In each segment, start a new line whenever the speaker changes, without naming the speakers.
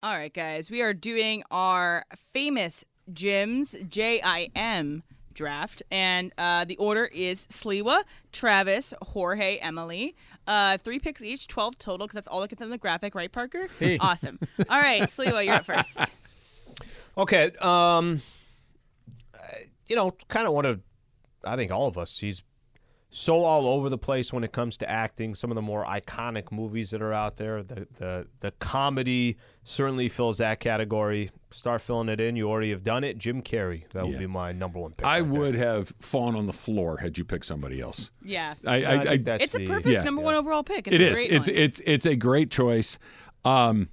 All right, guys, we are doing our famous gyms J I M draft, and uh, the order is Sliwa, Travis, Jorge, Emily. Uh, three picks each, twelve total, because that's all that can fit in the graphic, right, Parker?
Si.
Awesome. All right, Sliwa, you're up first.
Okay. Um, I- you know, kind of want to. I think all of us. He's so all over the place when it comes to acting. Some of the more iconic movies that are out there. The the the comedy certainly fills that category. Start filling it in. You already have done it. Jim Carrey. That would
Yeah.
be my number one pick.
I
right there.
would have fallen on the floor had you picked somebody else.
Yeah,
I,
I,
I, I,
think that's
it's a
the-
perfect
Yeah.
number one overall pick. It's
it
a
is.
Great
It's
one.
it's it's a great choice. Um,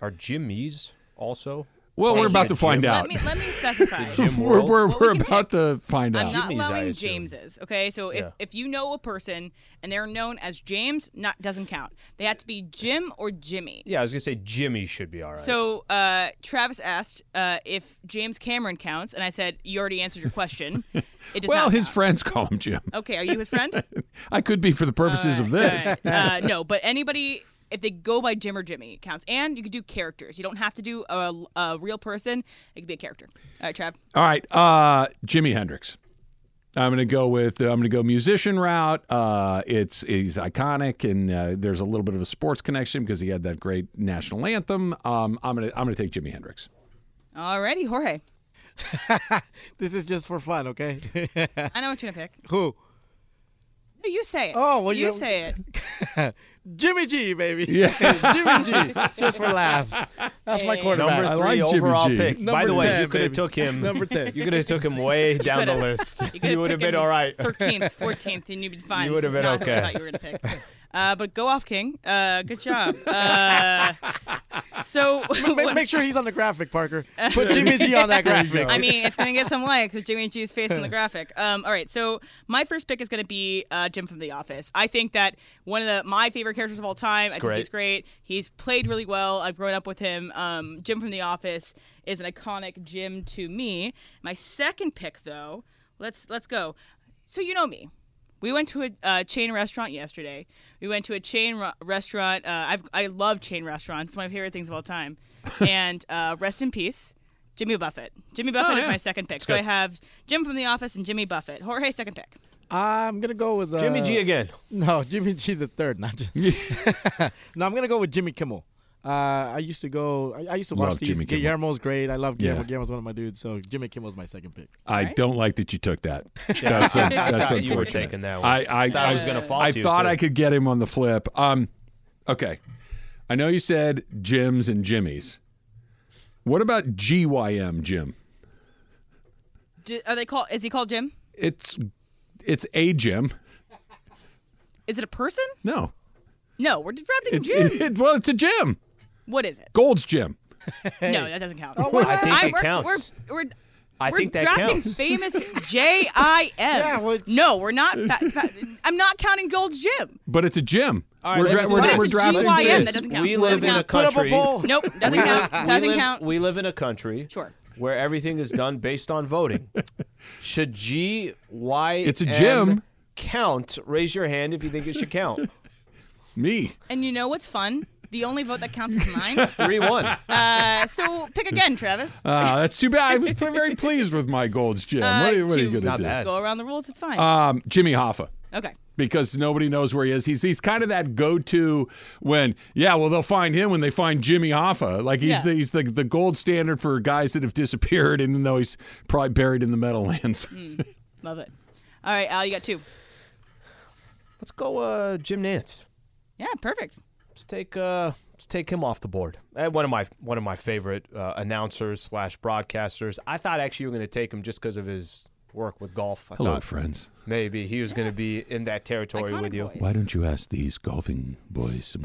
Are Jimmy's also?
well, we're about to
Jim-
find
Let
out.
me let me specify.
Jim
We're
World?
we're,
Well, we
we're
can
about to find out.
I'm not
Jimmy's, I
allowing
assume.
Jameses. Okay, so if,
Yeah.
if you know a person and they're known as James, not doesn't count. They have to be Jim or Jimmy.
Yeah, I was gonna say Jimmy should be all right.
So uh, Travis asked uh, if James Cameron counts, and I said you already answered your question. It does
well,
not
his
count."
friends call him Jim.
okay, are you his friend?
I could be for the purposes of this.
All right. Uh, no, but anybody if they go by Jim or Jimmy it counts, and you could do characters. You don't have to do a, a real person; it could be a character. All right, Trav.
All right, uh, Jimi Hendrix. I'm gonna go with uh, I'm gonna go musician route. Uh, it's he's iconic, and uh, there's a little bit of a sports connection because he had that great national anthem. Um, I'm gonna I'm gonna take Jimi Hendrix.
Alrighty, Jorge.
This is just for fun, okay?
I know what you're gonna pick.
Who?
No, you say it.
Oh, well,
you
you-
say it.
Jimmy G, baby. Yeah. Jimmy G, just for laughs. That's my quarterback.
Number
I
three
like Jimmy
overall
G.
pick. By
Number
the way,
10,
you could have
baby.
took him.
Number 10.
You could have took him way down the
could've-
list.
could
You would have been all right.
Thirteenth, fourteenth, and you'd be fine.
You would have
This is
been
not what I
okay.
thought you were gonna pick. Uh, but go off, King. Uh, good job. Uh, so,
Make, make sure he's on the graphic, Parker. Put Jimmy G on that graphic.
I mean, it's gonna get some likes with Jimmy G's face on the graphic. Um, all right, so my first pick is gonna be uh, Jim from The Office. I think that one of the my favorite characters of all time. I think
great.
he's great. He's played really well. I've grown up with him. Um, Jim from The Office is an iconic Jim to me. My second pick, though, let's let's go. So you know me. We went to a uh, chain restaurant yesterday. We went to a chain ro- restaurant. Uh, I've, I love chain restaurants. It's my favorite things of all time. and uh, rest in peace, Jimmy Buffett. Jimmy Buffett is my second pick. So I have Jim from The Office and Jimmy Buffett. Jorge, second pick.
I'm gonna go with uh,
Jimmy G again.
No, Jimmy G the third, not. Jim- no, I'm gonna go with Jimmy Kimmel. Uh, I used to go. I, I used to watch
Love
these.
Jimmy Kimmel.
Guillermo's great. I love Guillermo.
Yeah.
Guillermo's one of my dudes. So Jimmy Kimmel's my second pick.
I don't like that you took that. That's, un-
I
that's
thought you were
unfortunate.
taking that one.
I I,
Thought I was gonna fall
I
to you,
thought
too.
I could get him on the flip. Um, okay, I know you said Jims and Jimmys. What about GYM Jim?
J- are they called? Is he called Jim?
It's it's a Jim.
Is it a person?
No,
No, we're drafting
It-
Jim.
it- well, it's a Jim.
what is it?
Gold's Jim.
No, that doesn't count.
Oh, I think
I'm-
it
we're,
counts.
We're, we're,
I
we're
think that
drafting
counts.
famous J I
Yeah, well-
M. No, we're not. Fa- fa- I'm not counting Gold's Gym.
But it's a Jim.
All right,
we're
let's
dra- we're,
do
dra-
this.
we're
It's a
drafting
GYM,
this.
that doesn't count.
We
That
live
doesn't
in a
count.
Put up
country.
a poll.
Nope, doesn't count.
We
Doesn't
live,
count.
we live in a country
Sure.
where everything is done based on voting. Should G Y
It's a gym.
count? Raise your hand if you think it should count.
Me.
And you know what's fun? The only vote that counts is mine.
Three one.
Uh, so pick again, Travis.
Uh, that's too bad. I was very pleased with my Gold's Jim. what are, what are
Uh, to
you going
Not
to do?
bad. Uh,
Go around the rules. It's fine.
Um, Jimmy Hoffa.
okay.
Because nobody knows where he is. He's he's kind of that go-to when yeah well they'll find him when they find Jimmy Hoffa like he's
Yeah.
the he's the, the gold standard for guys that have disappeared even though he's probably buried in the Meadowlands.
Hmm. Love it. All right, Al, you got two.
Let's go, uh, Jim Nance.
Yeah, perfect.
Let's take uh, let's take him off the board. Uh, one of my one of my favorite uh, announcers slash broadcasters. I thought actually you were going to take him just because of his work with golf. I
Hello
thought
friends.
maybe he was going to be in that territory
Iconic
with you.
voice.
Why don't you ask these golfing boys some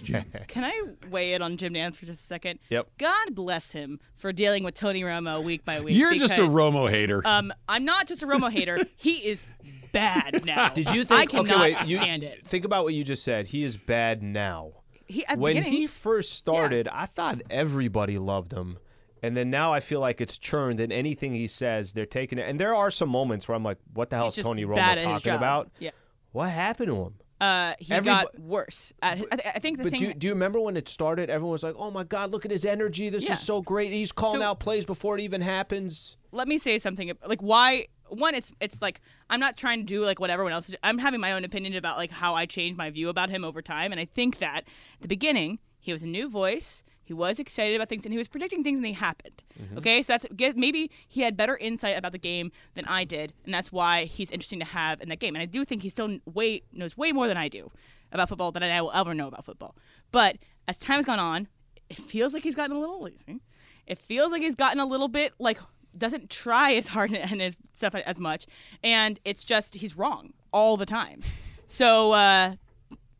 Jim?
Can I weigh in on Jim Nance for just a second?
Yep.
God bless him for dealing with Tony Romo week by week.
You're just a
because,
Romo hater.
Um, I'm not just a Romo hater. He is bad now.
Did you
I
think?
cannot
okay, wait. You,
stand it.
Think about what you just said. He is bad now.
He, at the
when
beginning-
he first started, I thought everybody loved him. And then now I feel like it's churned, and anything he says, they're taking it. And there are some moments where I'm like, "What the hell
he's
is
just
Tony Romo
bad at his
talking
job.
about?
Yeah.
What happened to him?"
uh, he
Everybo-
got worse. At his, I, th- I think the
But
thing.
do, do you remember when it started? Everyone was like, "Oh my God, look at his energy! This
Yeah.
is so great! He's calling
So-
out plays before it even happens."
let me say something ab- like why one it's it's like i'm not trying to do like what everyone else is i'm having my own opinion about like how i changed my view about him over time and i think that at the beginning he was a new voice he was excited about things and he was predicting things and they happened
Mm-hmm.
Mm-hmm.
okay so that's get- maybe he had better insight about the game than i did and that's why he's interesting to have in that game and i do think he still kn- way knows way more than i do about football than i will ever know about football but as time has gone on it feels like he's gotten a little lazy it feels like he's gotten a little bit like doesn't try as hard and his stuff as much and it's just he's wrong all the time so uh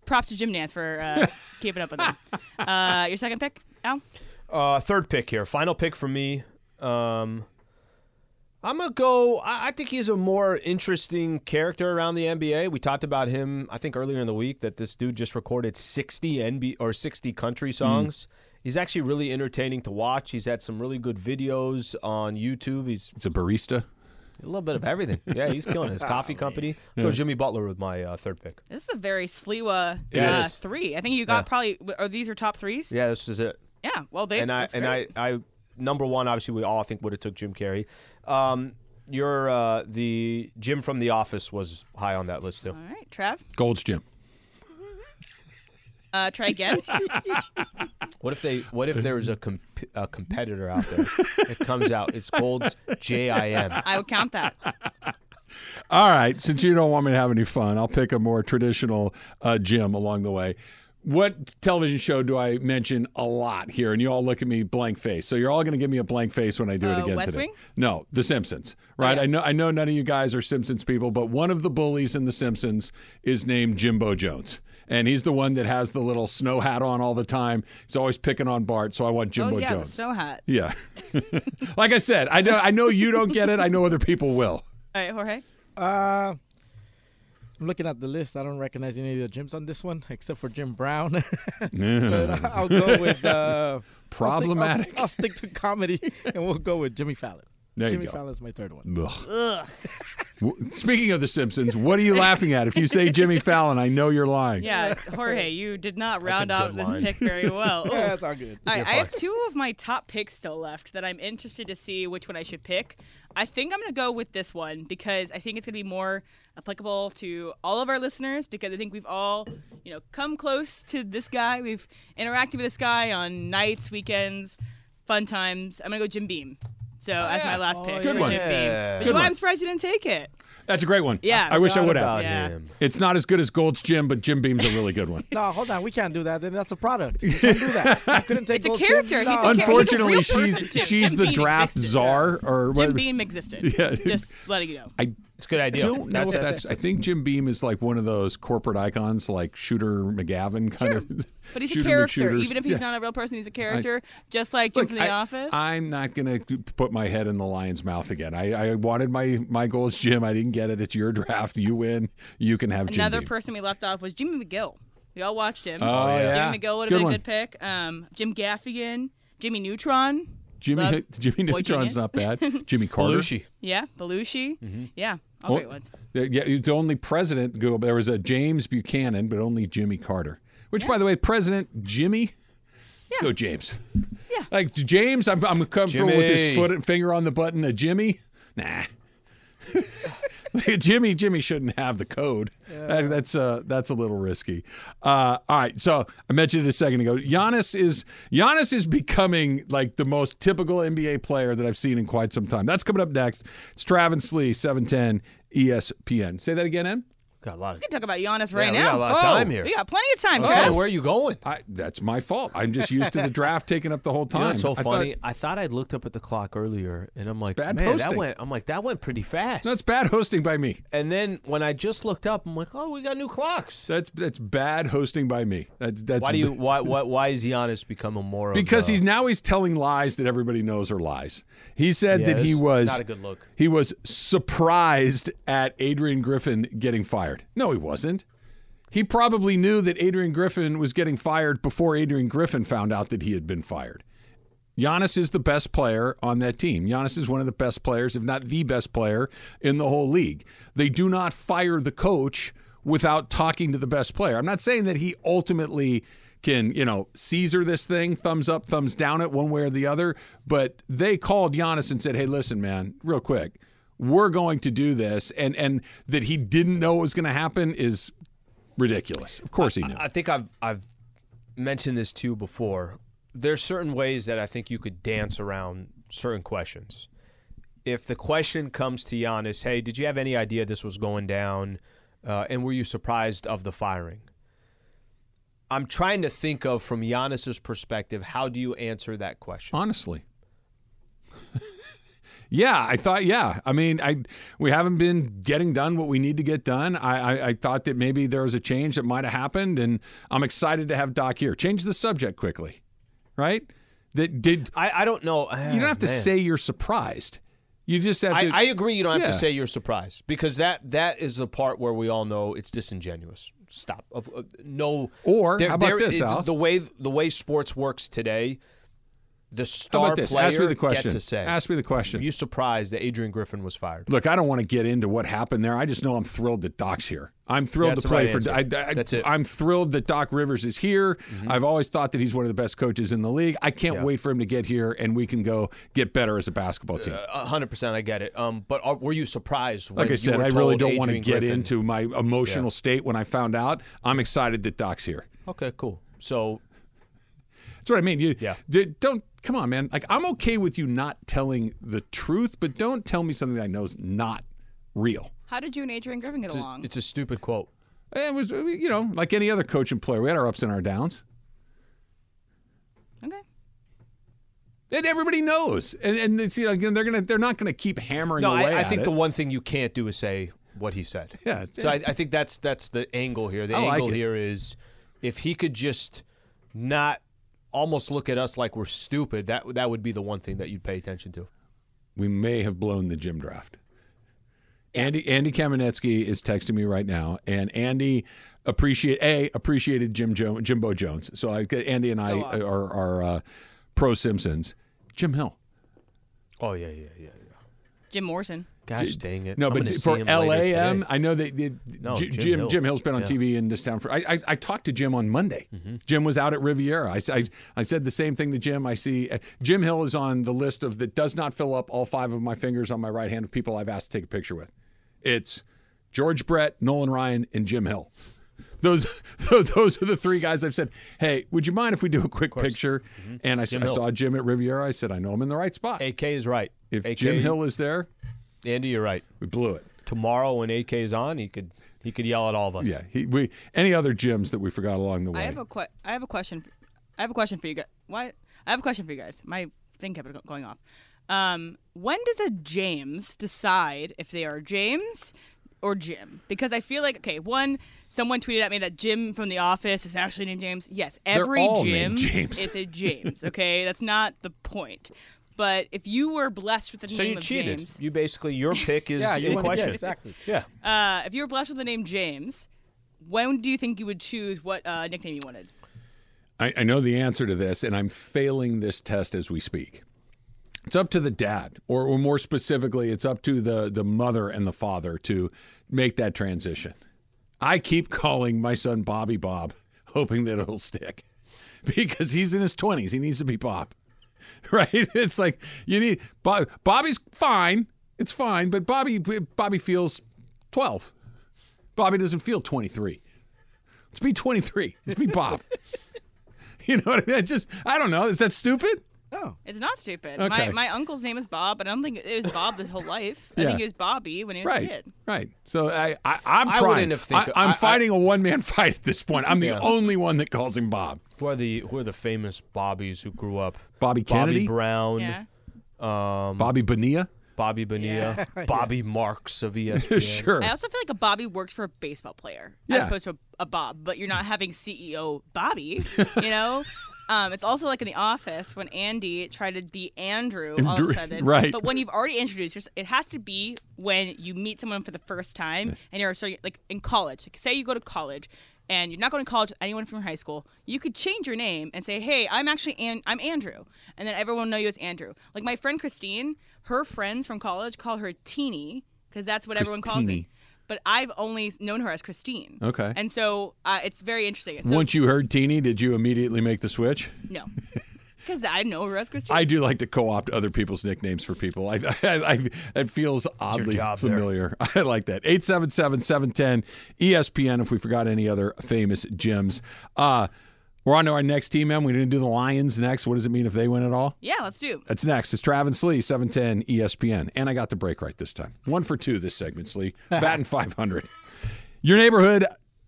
props to jim nance for uh keeping up with him uh your second pick al
Uh, third pick here, final pick for me. Um, I'm gonna go. I, I think he's a more interesting character around the NBA. We talked about him, I think earlier in the week, that this dude just recorded 60 NB or 60 country songs. He's actually really entertaining to watch. He's had some really good videos on YouTube. He's Oh,
It's a barista.
a little bit of everything. Yeah, he's killing his coffee company. Go Jimmy Butler with my uh, third pick.
this is a very Sliwa uh,
is.
three. I think you got probably. Are these your top threes?
Yeah, this is it.
Yeah, Well, they.
and I
that's
and
great.
I, I number one obviously we all think would have took Jim Carrey. Um, your uh, the Jim from The Office was high on that list too.
All right, Trav.
Gold's Gym.
Uh, try again.
What if they? What if there was a, com- a competitor out there that comes out? It's Gold's J I M.
I would count that.
All right, since you don't want me to have any fun, I'll pick a more traditional uh, gym along the way. What television show do I mention a lot here? And you all look at me blank face. So you're all going to give me a blank face when I do it
Uh,
again
West
today.
Wing?
No, The Simpsons. Right? I know. I know none of you guys are Simpsons people, but one of the bullies in The Simpsons is named Jimbo Jones, and he's the one that has the little snow hat on all the time. He's always picking on Bart, so I want Jimbo
oh yeah,
Jones.
the snow hat.
yeah. like I said, I know. I know you don't get it. I know other people will.
All right, Jorge.
Uh, I'm looking at the list. I don't recognize any of the gyms on this one, except for Jim Brown. but I- I'll go with uh, I'll
Problematic.
stick, I'll, I'll stick to comedy, and we'll go with Jimmy Fallon.
There you
Jimmy
go.
Fallon's my third one.
Ugh. W- Speaking of The Simpsons, what are you laughing at? If you say Jimmy Fallon, I know you're lying.
Yeah, Jorge, you did not round
good
off this
line.
pick very well.
Yeah,
Ooh.
that's all good.
All right, I have two of my top picks still left that I'm interested to see which one I should pick. I think I'm going to go with this one because I think it's going to be more applicable to all of our listeners because I think we've all, you know, come close to this guy. We've interacted with this guy on nights, weekends, fun times. I'm going to go Jim Beam.
Oh,
So as my last pick
Good
for
one.
Jim Beam.
Yeah.
Which
Good
is why
one.
I'm surprised you didn't take it.
That's a great one.
Yeah.
I wish I would
About
have.
Yeah.
him.
It's not as good as Gold's Gym, but Jim Beam's a really good one.
No, hold on. We can't do that. Then that's a product. We can't do that. I couldn't take.
It's a
both
character.
Jims.
He's a
No.
char-
Unfortunately,
real
she's
person. Jim-
she's
Jim
the
Beam
draft
existed.
czar or
Jim
what?
Beam existed.
Yeah.
Just letting you know.
I
It's a good idea.
don't know
That's
if
it.
that's. I think Jim Beam is like one of those corporate icons, like Shooter McGavin kind of.
But he's
Shooter
a character.
McShooters.
Even if he's
Yeah.
not a real person, he's a character. just like Jim
Look,
from The
I,
Office.
I'm not gonna put my head in the lion's mouth again. I, I wanted my my goals, Jim. I didn't get it. It's your draft. You win. You can have Jim
Another
Beam.
person we left off was Jimmy McGill. We all watched him.
Oh, yeah.
Jimmy McGill would have
Good
been
one.
a good pick. Um, Jim Gaffigan, Jimmy Neutron.
Jimmy
Love-
Jimmy
Boy
Neutron's
Genius.
not bad. Jimmy Carter.
Belushi.
Yeah, Belushi. Yeah, all
Oh,
great ones.
there- yeah, it's the only president. Go. There was a James Buchanan, but only Jimmy Carter. Which, by the way, President Jimmy.
Yeah.
Let's go, James.
Yeah.
Like James, I'm I'm comfortable with his
Jimmy.
foot and finger on the button. A Jimmy, nah. Jimmy, Jimmy shouldn't have the code. That- that's uh, that's a little risky. Uh, all right, so I mentioned it a second ago. Giannis is Giannis is becoming like the most typical NBA player that I've seen in quite some time. That's coming up next. It's Travis Lee, seven ten E ESPN. Say that again, Em.
Got a lot of.
We can talk about Giannis
Yeah,
right
we
now.
got a lot of
Oh,
time here.
We got plenty of time,
Okay,
Jeff.
where are you going?
I, that's my fault. I'm just used to the draft taking up the whole time.
You know, it's so
I thought-
funny. I thought I looked up at the clock earlier, and I'm like,
bad
man, that
posting.
went. I'm like, that went pretty fast.
that's bad hosting by me.
and then when I just looked up, I'm like, oh, we got new clocks.
That's that's bad hosting by me. That's that's
Why do you? Why? Why? Why is Giannis become a moron?
because he's now he's telling lies that everybody knows are lies. He said
Yeah,
that he
that's
was
not a good look.
He was surprised at Adrian Griffin getting fired. No, he wasn't. He probably knew that Adrian Griffin was getting fired before Adrian Griffin found out that he had been fired. Giannis is the best player on that team. Giannis is one of the best players, if not the best player, in the whole league. They do not fire the coach without talking to the best player. I'm not saying that he ultimately can, you know, Caesar this thing, thumbs up, thumbs down it one way or the other, but they called Giannis and said, "Hey, listen, man, real quick, we're going to do this." And and that he didn't know what was going to happen is ridiculous. Of course he knew.
I think I've I've mentioned this to you before. There's certain ways that I think you could dance around certain questions. If the question comes to Giannis, hey, did you have any idea this was going down, uh, and were you surprised of the firing? I'm trying to think of from Giannis's perspective, how do you answer that question?
Honestly. Yeah, I thought. Yeah, I mean, I we haven't been getting done what we need to get done. I I, I thought that maybe there was a change that might have happened, and I'm excited to have Doc here. Change the subject quickly, right? That did
I, I don't know. Ah,
you don't have to say you're surprised. You just have
I,
to.
I agree. You don't have
Yeah.
to say you're surprised because that that is the part where we all know it's disingenuous. Stop. Of uh, no.
Or, how about this, Al?
The way the way sports works today, the
How
star
about this?
player
Ask me the question.
gets a say.
Ask me the question.
you surprised that Adrian Griffin was fired?
Look, I don't want to get into what happened there. I just know I'm thrilled that Doc's here. I'm thrilled
That's
to
the
play
right
for.
answer.
I, I,
That's it. Mm-hmm.
I'm thrilled that Doc Rivers is here. I've always thought that he's one of the best coaches in the league. I can't wait for him to get here and we can go get better as a basketball team.
Uh, A hundred percent, I get it. Um, but are, were you surprised? When
like I
you
said,
were
I really
told
don't want to
Adrian
get
Griffin-
into my emotional state when I found out. I'm excited that Doc's here.
Okay, cool. So
That's what I mean. You
Yeah.
d- don't come on, man. Like I'm okay with you not telling the truth, but don't tell me something that I know is not real.
How did you and Adrian Griffin get
it's a,
along?
it's a stupid quote.
It was, you know, like any other coach and player, we had our ups and our downs.
okay.
And everybody knows, and and it's, you know again, they're gonna they're not gonna keep hammering
No,
away.
I, I
at
think
it.
the one thing you can't do is say what he said.
Yeah.
So I, I think that's that's the angle here. The
I like
angle
it.
here is if he could just not almost look at us like we're stupid. That that would be the one thing that you'd pay attention to.
we may have blown the gym draft. Andy Andy Kamenetsky is texting me right now, and Andy appreciate a appreciated Jim jo- Jimbo Jones. So I, Andy and I are are uh, pro Simpsons. Jim Hill.
Oh yeah, yeah, yeah. yeah.
Jim Morrison.
Gosh dang it.
No,
I'm
but
gonna
d-
see
for
him later today.
LAM, I know that that
No,
J-
Jim
Jim
Hill.
Jim Hill's been on TV in this town for. I I, I talked to Jim on Monday.
Mm-hmm.
Jim was out at Riviera. I, s- I I said the same thing to Jim. I see uh, Jim Hill is on the list of that does not fill up all five of my fingers on my right hand of people I've asked to take a picture with. It's George Brett, Nolan Ryan, and Jim Hill. Those those are the three guys I've said. Hey, would you mind if we do a quick picture? And I, s- I
Mm-hmm. Hill.
saw Jim at Riviera. I said I know I'm in the right spot.
AK is right.
if
AK,
Jim Hill is there,
Andy, you're right.
we blew it.
Tomorrow when AK is on, he could he could yell at all of us.
Yeah, he, we any other gyms that we forgot along the way.
I have a que- I have a question. I have a question for you guys. Why? I have a question for you guys. My thing kept go- going off. Um, when does a James decide if they are James or Jim? Because I feel like okay, one someone tweeted at me that Jim from The Office is actually named James. Yes, every
all
Jim
named James.
is a James. Okay, that's not the point. But if you were blessed with the
So
name
you
of
cheated.
James,
You basically your pick is
Yeah,
in
you
question.
Yeah, exactly.
Yeah.
uh, if you were blessed with the name James, when do you think you would choose what uh, nickname you wanted?
I, I know the answer to this, and I'm failing this test as we speak. It's up to the dad, or, or more specifically, it's up to the the mother and the father to make that transition. I keep calling my son Bobby Bob, hoping that it'll stick, because he's in his 20s. He needs to be Bob, right? It's like you need Bob, Bobby's fine. It's fine, but Bobby Bobby feels 12. Bobby doesn't feel 23. Let's be 23. Let's be Bob. You know what I mean? I just I don't know. Is that stupid?
Oh,
It's not stupid.
Okay.
My my uncle's name is Bob, but I don't think it was Bob this whole life. I
Yeah.
think it was Bobby when he was a
Right.
kid.
Right. So I, I I'm
I
trying.
wouldn't have think-
I, am
I- I-
fighting a one man fight at this point. I'm the
Yeah.
only one that calls him Bob.
Who are the who are the famous Bobbies who grew up?
Bobby Kennedy?
Bobby Brown, um,
Yeah.
Bobby Bonilla.
Bobby Bonilla, Bobby Marks of E ESPN.
sure.
I also feel like a Bobby works for a baseball player
Yeah.
as opposed to a, a Bob, but you're not having CEO Bobby, you know? Um, it's also like in The Office when Andy tried to be Andrew all of
Andrew-
a sudden.
right.
But when you've already introduced yourself, it has to be when you meet someone for the first time and you're so like in college. Like, say you go to college and you're not going to college with anyone from your high school. You could change your name and say, "Hey, I'm actually An- I'm Andrew," and then everyone will know you as Andrew. Like my friend Christine, her friends from college call her Teeny because that's what everyone calls
Christini.
me. but I've only known her as Christine.
Okay.
And so uh, it's very interesting. So,
Once you heard Teeny, did you immediately make the switch?
no, because I know her as Christine.
I do like to co-opt other people's nicknames for people. I, I, I it feels oddly
job there.
familiar. I like that. 877-710 ESPN if we forgot any other famous gyms. Uh we're on to our next team, man. We're going to do the Lions next. What does it mean if they win at all?
yeah, let's do.
That's next. It's Travis Lee, E 710 ESPN. And I got the break right this time. One for two this segment, Slee. Batting 500. Your neighborhood,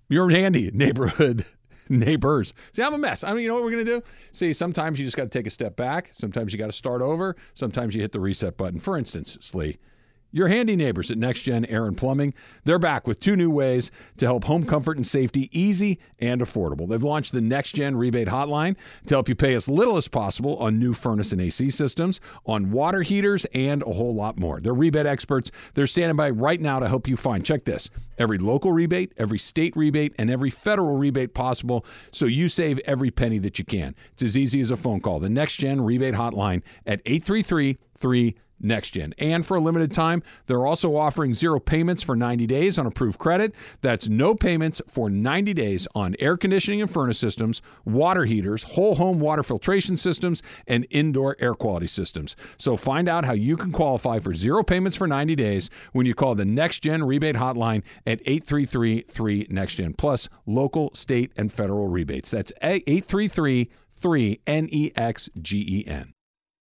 your handy neighborhood neighbors. See, I'm a mess. I mean, you know what we're going to do? See, sometimes you just got to take a step back. Sometimes you got to start over. Sometimes you hit the reset button. For instance, Slee, your handy neighbors at Next Gen Air and Plumbing, they're back with two new ways to help home comfort and safety easy and affordable. They've launched the Next Gen Rebate Hotline to help you pay as little as possible on new furnace and AC systems, on water heaters, and a whole lot more. They're rebate experts. They're standing by right now to help you find, check this, every local rebate, every state rebate, and every federal rebate possible so you save every penny that you can. It's as easy as a phone call. The Next Gen Rebate Hotline at 833 3 Next Gen. And for a limited time, they're also offering zero payments for 90 days on approved credit. That's no payments for 90 days on air conditioning and furnace systems, water heaters, whole home water filtration systems, and indoor air quality systems. So find out how you can qualify for zero payments for 90 days when you call the Next Gen Rebate Hotline at 833 3 Next Gen Plus local, state, and federal rebates. That's 833 3 N E X G E N.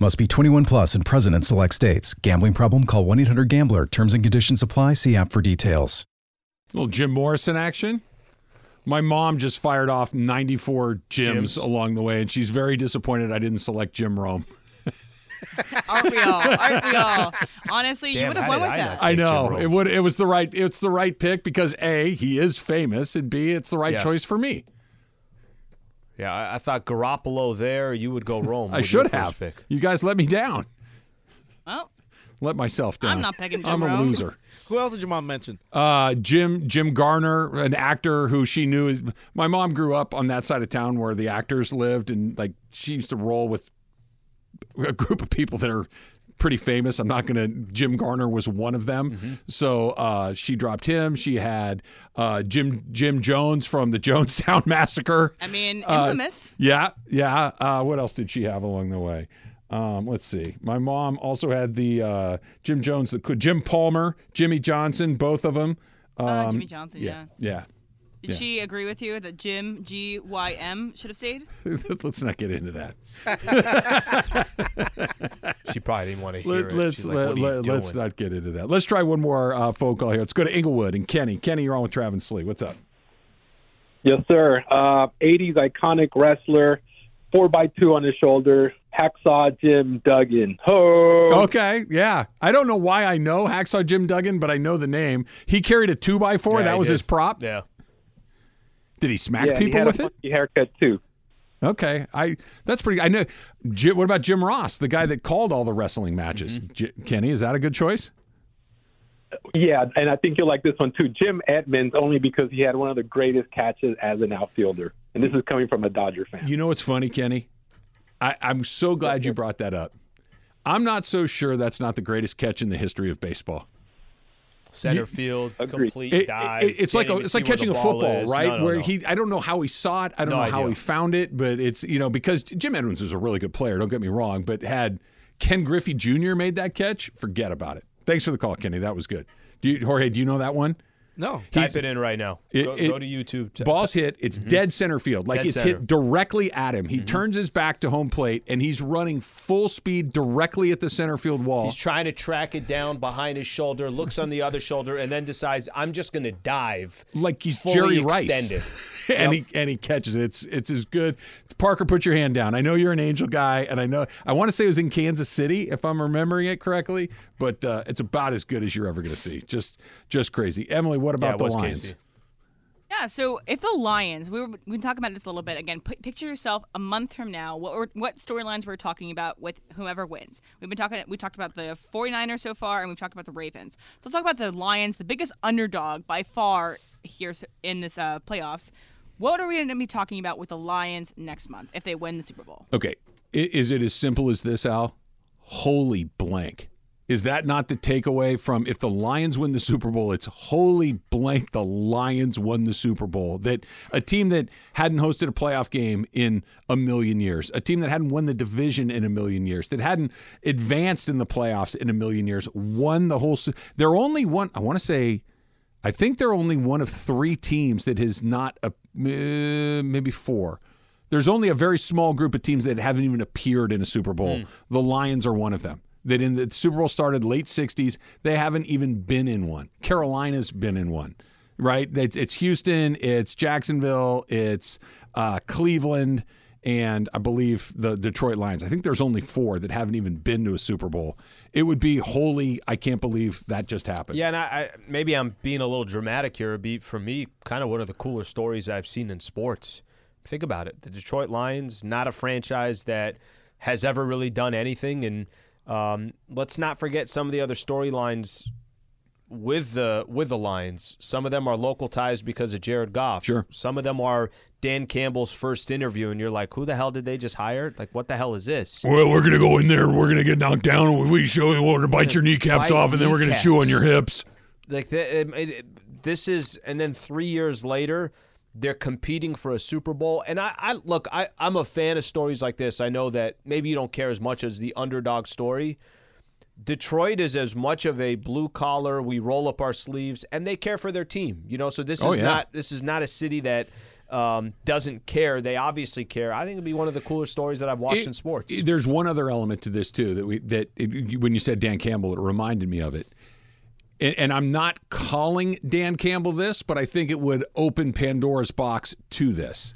Must be 21 plus and present in select states. Gambling problem? Call 1 800 Gambler. Terms and conditions apply. See app for details.
little Jim Morrison action. My mom just fired off 94 gyms,
Gyms.
along the way, and she's very disappointed I didn't select Jim Rome.
Aren't we all? Aren't we all? Honestly, you
Damn,
would have
how
won
did
with
I
that.
not-
I
Jim
know
Rome.
it would. It was the right. It's the right pick because a he is famous, and b it's the right
Yeah.
choice for me.
Yeah, I, I thought Garoppolo there. You would go Rome.
I
with your
should
first
have.
pick.
You guys let me down.
well,
Let myself down.
I'm not picking Jim
I'm a
Rome.
loser.
Who else did your mom mention?
Uh, Jim Jim Garner, an actor who she knew is my mom grew up on that side of town where the actors lived, and like she used to roll with a group of people that are pretty famous. I'm not gonna. Jim Garner was one of them, so uh, she dropped him. She had uh, Jim Jim Jones from the Jonestown Massacre.
I mean,
Uh,
infamous.
yeah, yeah. Uh, what else did she have along the way? Um, let's see. My mom also had the uh, Jim Jones, the Jim Palmer, Jimmy Johnson, both of them. Um,
Uh, Jimmy Johnson. Yeah.
yeah.
Did she agree with you that Jim G Y M should have stayed?
let's not get into that.
She probably didn't want to hear
Let,
it.
us
She's like, what are you
let's
doing?
not get into that. Let's try one more uh, phone call here. Let's go to Inglewood and Kenny. Kenny, you're on with Travis Slee. What's up?
Yes, sir. Uh, 80s iconic wrestler, 4 by 2 on his shoulder, Hacksaw Jim Duggan. Ho!
Okay, yeah. I don't know why I know Hacksaw Jim Duggan, but I know the name. He carried a two by four.
Yeah,
that
he
was
did.
his prop.
Yeah.
Did he smack
Yeah, and he
people
had
with
a
it?
funky haircut, too.
Okay, I that's pretty. I know. Jim, what about Jim Ross, the guy that called all the wrestling matches?
Mm-hmm.
J- Kenny, is that a good choice?
Yeah, and I think you'll like this one, too. Jim Edmonds, only because he had one of the greatest catches as an outfielder. And this is coming from a Dodger fan.
You know what's funny, Kenny? I, I'm so glad you brought that up. I'm not so sure that's not the greatest catch in the history of baseball.
Center field,
Agreed.
complete
It- it-
dive.
it's like
can't
a,
even
it's like
see where the
catching a
ball
football,
is.
right?
No, no,
Where
no.
he I don't know how he saw it. I don't
No
know how
idea.
he found it, but it's you know because Jim Edmonds was a really good player. Don't get me wrong, but had Ken Griffey Jr. made that catch. Forget about it. Thanks for the call, Kenny. That was good. Do you, Jorge, do you know that one?
No.
Type it in right now.
It-
go,
it-
go to YouTube. T- mm-hmm.
Ball's hit. It's dead center field. Like
Dead
it's
center. Mm-hmm.
hit directly at him. He turns his back to home plate and he's running full speed directly at the center field wall.
He's trying to track it down behind his shoulder, looks on the other shoulder, and then decides, I'm just going to dive.
like he's
fully
Jerry
extended.
Rice, and he and he catches it. It's it's as good. Parker, put your hand down. I know you're an Angel guy, and I know I want to say it was in Kansas City, if I'm remembering it correctly. But uh, it's about as good as you're ever going to see. Just just crazy. Emily, what about
Yeah, it
the
was
Lions?
Casey.
Yeah, so if the Lions, we were we talk about this a little bit again. P- picture yourself a month from now. What were, what storylines we're talking about with whomever wins? We've been talking. We talked about the 49ers so far, and we've talked about the Ravens. So let's talk about the Lions, the biggest underdog by far here s- in this uh, playoffs. What are we going to be talking about with the Lions next month if they win the Super Bowl?
Okay, I- is it as simple as this, Al? Holy blank. Is that not the takeaway from if the Lions win the Super Bowl? It's holy blank the Lions won the Super Bowl. That a team that hadn't hosted a playoff game in a million years, a team that hadn't won the division in a million years, that hadn't advanced in the playoffs in a million years, won the whole. Su- They're only one. I want to say I think they're only one of three teams that has not, uh, maybe four. There's only a very small group of teams that haven't even appeared in a Super Bowl. The Lions are one of them. That in the Super Bowl started late 60s, they haven't even been in one. Carolina's been in one, right? It's, it's Houston, it's Jacksonville, it's uh, Cleveland, and I believe the Detroit Lions. I think there's only four that haven't even been to a Super Bowl. It would be holy. I can't believe that just happened.
Yeah, and I, I maybe I'm being a little dramatic here. It'd be for me kind of one of the cooler stories I've seen in sports. Think about it: the Detroit Lions, not a franchise that has ever really done anything, and um, let's not forget some of the other storylines with the with the Lions. Some of them are local ties because of Jared Goff.
Sure.
Some of them are Dan Campbell's first interview, and you're like, "Who the hell did they just hire? Like, what the hell is this?"
Well, we're gonna go in there. We're gonna get knocked down, and we show you. We're gonna bite your kneecaps
Bite
off, and then we're gonna chew on your
kneecaps.
hips.
Like the, um, it, it- this is, and then three years later, they're competing for a Super Bowl. And I, I look, I, I'm a fan of stories like this. I know that maybe you don't care as much as the underdog story. Detroit is as much of a blue collar. We roll up our sleeves, and they care for their team. You know, so this
Oh,
is
yeah.
not this is not a city that um, doesn't care. They obviously care. I think it'd be one of the coolest stories that I've watched in
It-
sports.
it- There's one other element to this too that we that it, you- when you said Dan Campbell, it reminded me of it. And, and I'm not calling Dan Campbell this, but I think it would open Pandora's box to this.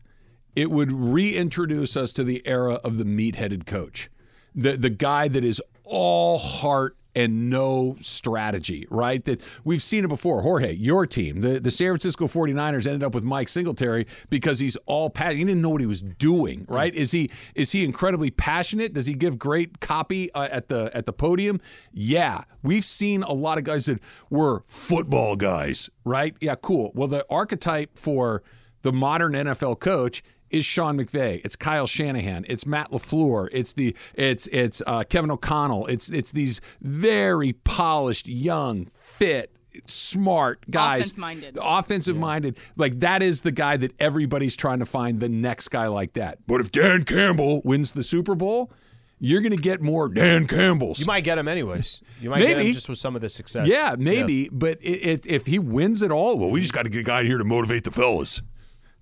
It would reintroduce us to the era of the meat-headed coach, the the guy that is all heart and no strategy, right? That we've seen it before. Jorge, your team, the, the San Francisco 49ers ended up with Mike Singletary because he's all passionate. He didn't know what he was doing, right? Is he is he incredibly passionate? Does he give great copy uh, at the at the podium? Yeah. We've seen a lot of guys that were football guys, right? Yeah, cool. Well, the archetype for the modern NFL coach is Sean McVay. It's Kyle Shanahan. It's Matt Lafleur. It's the it's it's uh, Kevin O'Connell. It's it's these very polished, young, fit, smart guys,
Offense-minded.
offensive minded. Like that is the guy that everybody's trying to find the next guy like that. But if Dan Campbell wins the Super Bowl, you're going to get more Dan Campbells.
you might get him anyways. You might get
Maybe.
him just with some of the success.
yeah, maybe, but it, it, if he wins it all, well, we just got to get a guy here to motivate the fellas.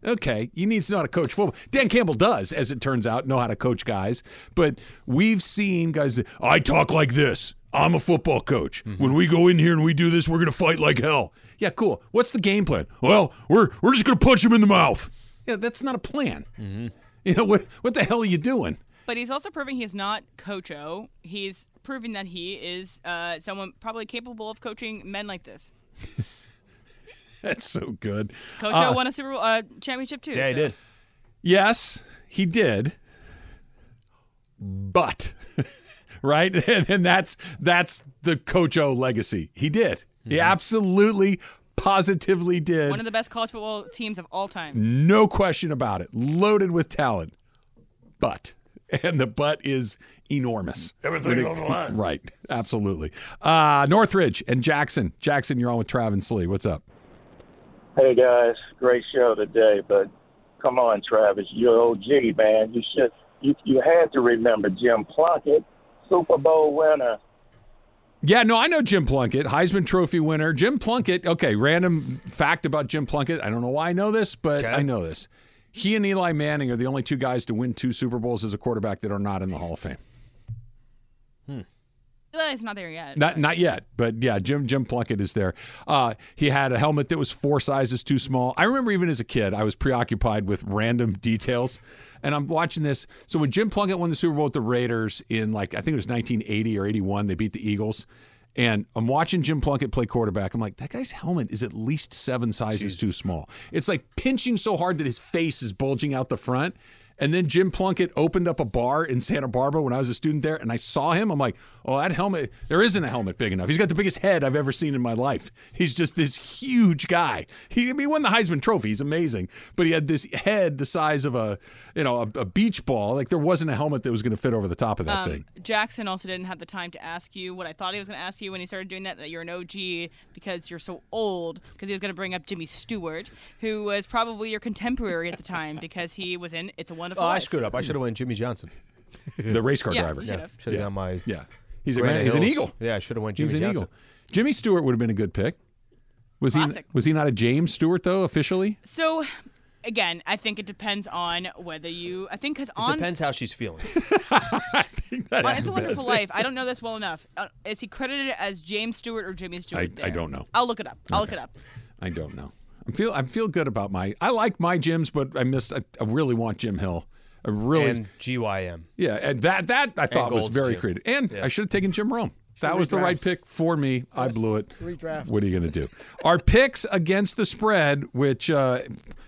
Okay, he needs to know how to coach football. Dan Campbell does, as it turns out, know how to coach guys. But we've seen guys that I talk like this. I'm a football coach. When we go in here and we do this, we're gonna fight like hell. Yeah, cool. What's the game plan? Well, we're we're just gonna punch him in the mouth. Mm-hmm. Yeah, that's not a plan. You know what? What the hell are you doing?
But he's also proving he's not Cocho. He's proving that he is uh, someone probably capable of coaching men like this.
That's so good.
Cocho won a Super Bowl uh, championship too.
Ah. Yeah, he
so-
did.
Yes, he did. But right? And, and that's that's the Coach O legacy. He did.
Mm-hmm.
He absolutely positively did.
One of the best college football teams of all time.
no question about it. Loaded with talent. But and the butt is enormous. Everything on the line. Right. Absolutely. Uh Northridge and Jackson. Jackson, you're on with Travis Slee. What's up?
Hey guys, great show today, but come on, Travis, you're OG man. You should you you had to remember Jim Plunkett Super Bowl winner.
Yeah, no, I know Jim Plunkett, Heisman Trophy winner. Jim Plunkett, okay, random fact about Jim Plunkett. I don't know why I know this, but I know this. He and Eli Manning are the only two guys to win two Super Bowls as a quarterback that are not in the Hall of Fame.
Eli's not there yet.
Not not yet, but yeah, Jim Jim Plunkett is there. Uh, he had a helmet that was four sizes too small. I remember even as a kid, I was preoccupied with random details, and I'm watching this. So when Jim Plunkett won the Super Bowl with the Raiders in like I think it was 1980 or 81, they beat the Eagles, and I'm watching Jim Plunkett play quarterback. I'm like, that guy's helmet is at least seven sizes too small. It's like pinching so hard that his face is bulging out the front. And then Jim Plunkett opened up a bar in Santa Barbara when I was a student there, and I saw him. I'm like, oh, that helmet, there isn't a helmet big enough. He's got the biggest head I've ever seen in my life. He's just this huge guy. He, I mean, he won the Heisman Trophy. He's amazing. But he had this head the size of a, you know, a, a beach ball. Like there wasn't a helmet that was going to fit over the top of
Um,
that thing.
Jackson also didn't have the time to ask you what I thought he was going to ask you when he started doing that, that you're an OG because you're so old, because he was going to bring up Jimmy Stewart, who was probably your contemporary at the time because he was in It's a Wonderful
Oh, I
Life.
screwed up. I should have went Jimmy Johnson.
The race car
Yeah,
driver.
you should've.
Should have got my.
Yeah. He's, a,
Granite
he's an
Hills.
eagle.
Yeah, I should have went Jimmy
He's an
Johnson.
eagle. Jimmy Stewart would have been a good pick. Was
Classic.
he was he not a James Stewart though officially?
So, again, I think it depends on whether you. I think because
It
on
Depends how she's feeling.
Well, it's a Wonderful Life. I don't know this well enough. Uh, is he credited as James Stewart or Jimmy Stewart?
I
there?
don't know.
I'll look it up. I'll look it up.
I don't know. I feel I feel good about my. I like my gyms, but I missed. I, I really want Jim Hill. I really.
and GYM.
yeah, and that that I thought was
Golds,
very
too.
creative. And I should have taken Jim Rome. That was the right pick for me. I blew it.
Redraft.
What are you going to do? Our picks against the spread, which uh,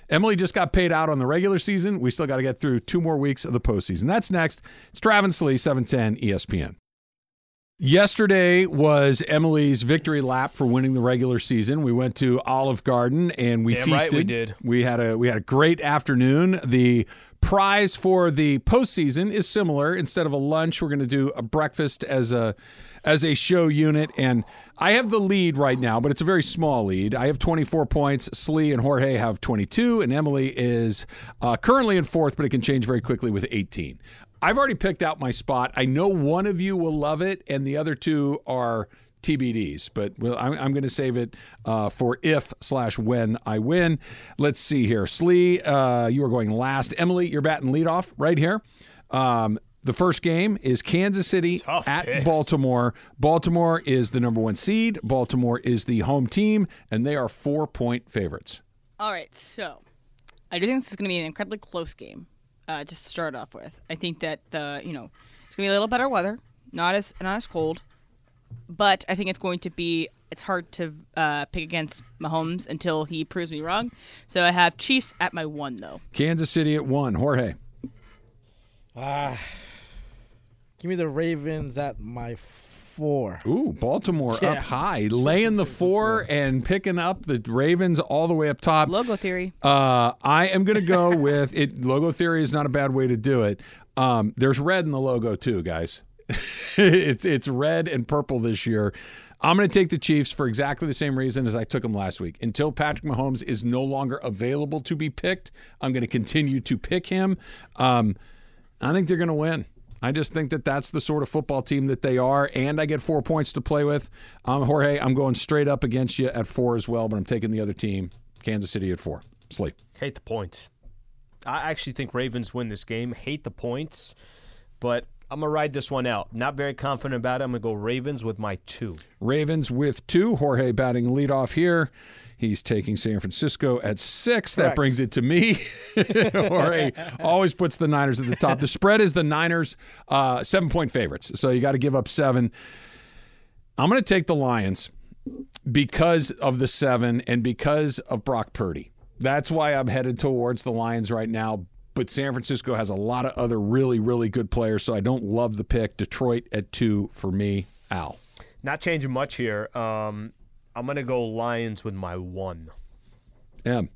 Emily just got paid out on the regular season. We still got to get through two more weeks of the postseason. That's next. It's Travis Lee, E 710 ESPN. Yesterday was Emily's victory lap for winning the regular season. We went to Olive Garden and we
Damn right we
feasted.
did.
We had a we had a great afternoon. The prize for the postseason is similar. Instead of a lunch, we're going to do a breakfast as a as a show unit. And I have the lead right now, but it's a very small lead. I have 24 points. Slee and Jorge have 22, and Emily is uh, currently in fourth, but it can change very quickly with 18. I've already picked out my spot. I know one of you will love it, and the other two are TBDs, but well, I'm, I'm going to save it uh, for if slash when I win. Let's see here. Slee, uh, you are going last. Emily, you're batting leadoff right here. Um, the first game is Kansas City at Baltimore. Baltimore is the number one seed. Baltimore is the home team, and they are four point favorites.
All right, so I do think this is going to be an incredibly close game. Uh, just to start off with, I think that the you know it's going to be a little better weather, not as not as cold, but I think it's going to be it's hard to uh, pick against Mahomes until he proves me wrong. So I have Chiefs at my one though.
Kansas City at one. Jorge,
Ah, give me the Ravens at my four.
ooh, Baltimore
Yeah.
up high, laying the four and picking up the Ravens all the way up top.
Logo theory.
Uh, I am going to go with it. Logo theory is not a bad way to do it. Um, there's red in the logo too, guys. it's it's red and purple this year. I'm going to take the Chiefs for exactly the same reason as I took them last week. Until Patrick Mahomes is no longer available to be picked, I'm going to continue to pick him. Um, I think they're going to win. I just think that that's the sort of football team that they are, and I get four points to play with. Um, Jorge, I'm going straight up against you at four as well, but I'm taking the other team, Kansas City at four. Sleep.
Hate the points. I actually think Ravens win this game. Hate the points, but I'm gonna ride this one out. Not very confident about it. I'm gonna go Ravens with my two.
Ravens with two. Jorge batting leadoff here. He's taking San Francisco at six. That brings it to me. Jorge always puts the Niners at the top. The spread is the Niners uh, seven point favorites. So you got to give up seven. I'm going to take the Lions because of the seven and because of Brock Purdy. That's why I'm headed towards the Lions right now. But San Francisco has a lot of other really, really good players. So I don't love the pick. Detroit at two for me. Al.
Not changing much here. Um, I'm gonna go Lions with my one.
M.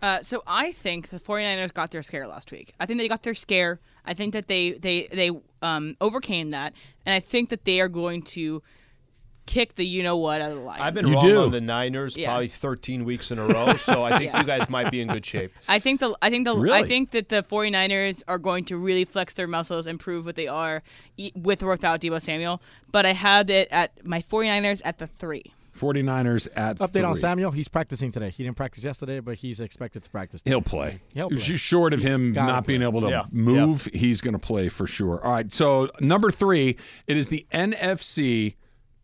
Uh, so I think the 49ers got their scare last week. I think they got their scare. I think that they they they um, overcame that, and I think that they are going to kick the you know what out of the Lions.
I've been
You
wrong
do.
on the Niners
Yeah.
probably 13 weeks in a row, so I think you guys might be in good shape.
I think the I think the I
Really?
think that the 49ers are going to really flex their muscles and prove what they are e- with or without Debo Samuel, but I had it at my 49ers at the 3.
49ers at
Update on
three.
Samuel. He's practicing today. He didn't practice yesterday, but he's expected to practice. Today.
He'll play.
He'll play.
Sh- Short of him
gotta
not being able to
Yeah.
move, he's going to play for sure. All right. So number three, it is the NFC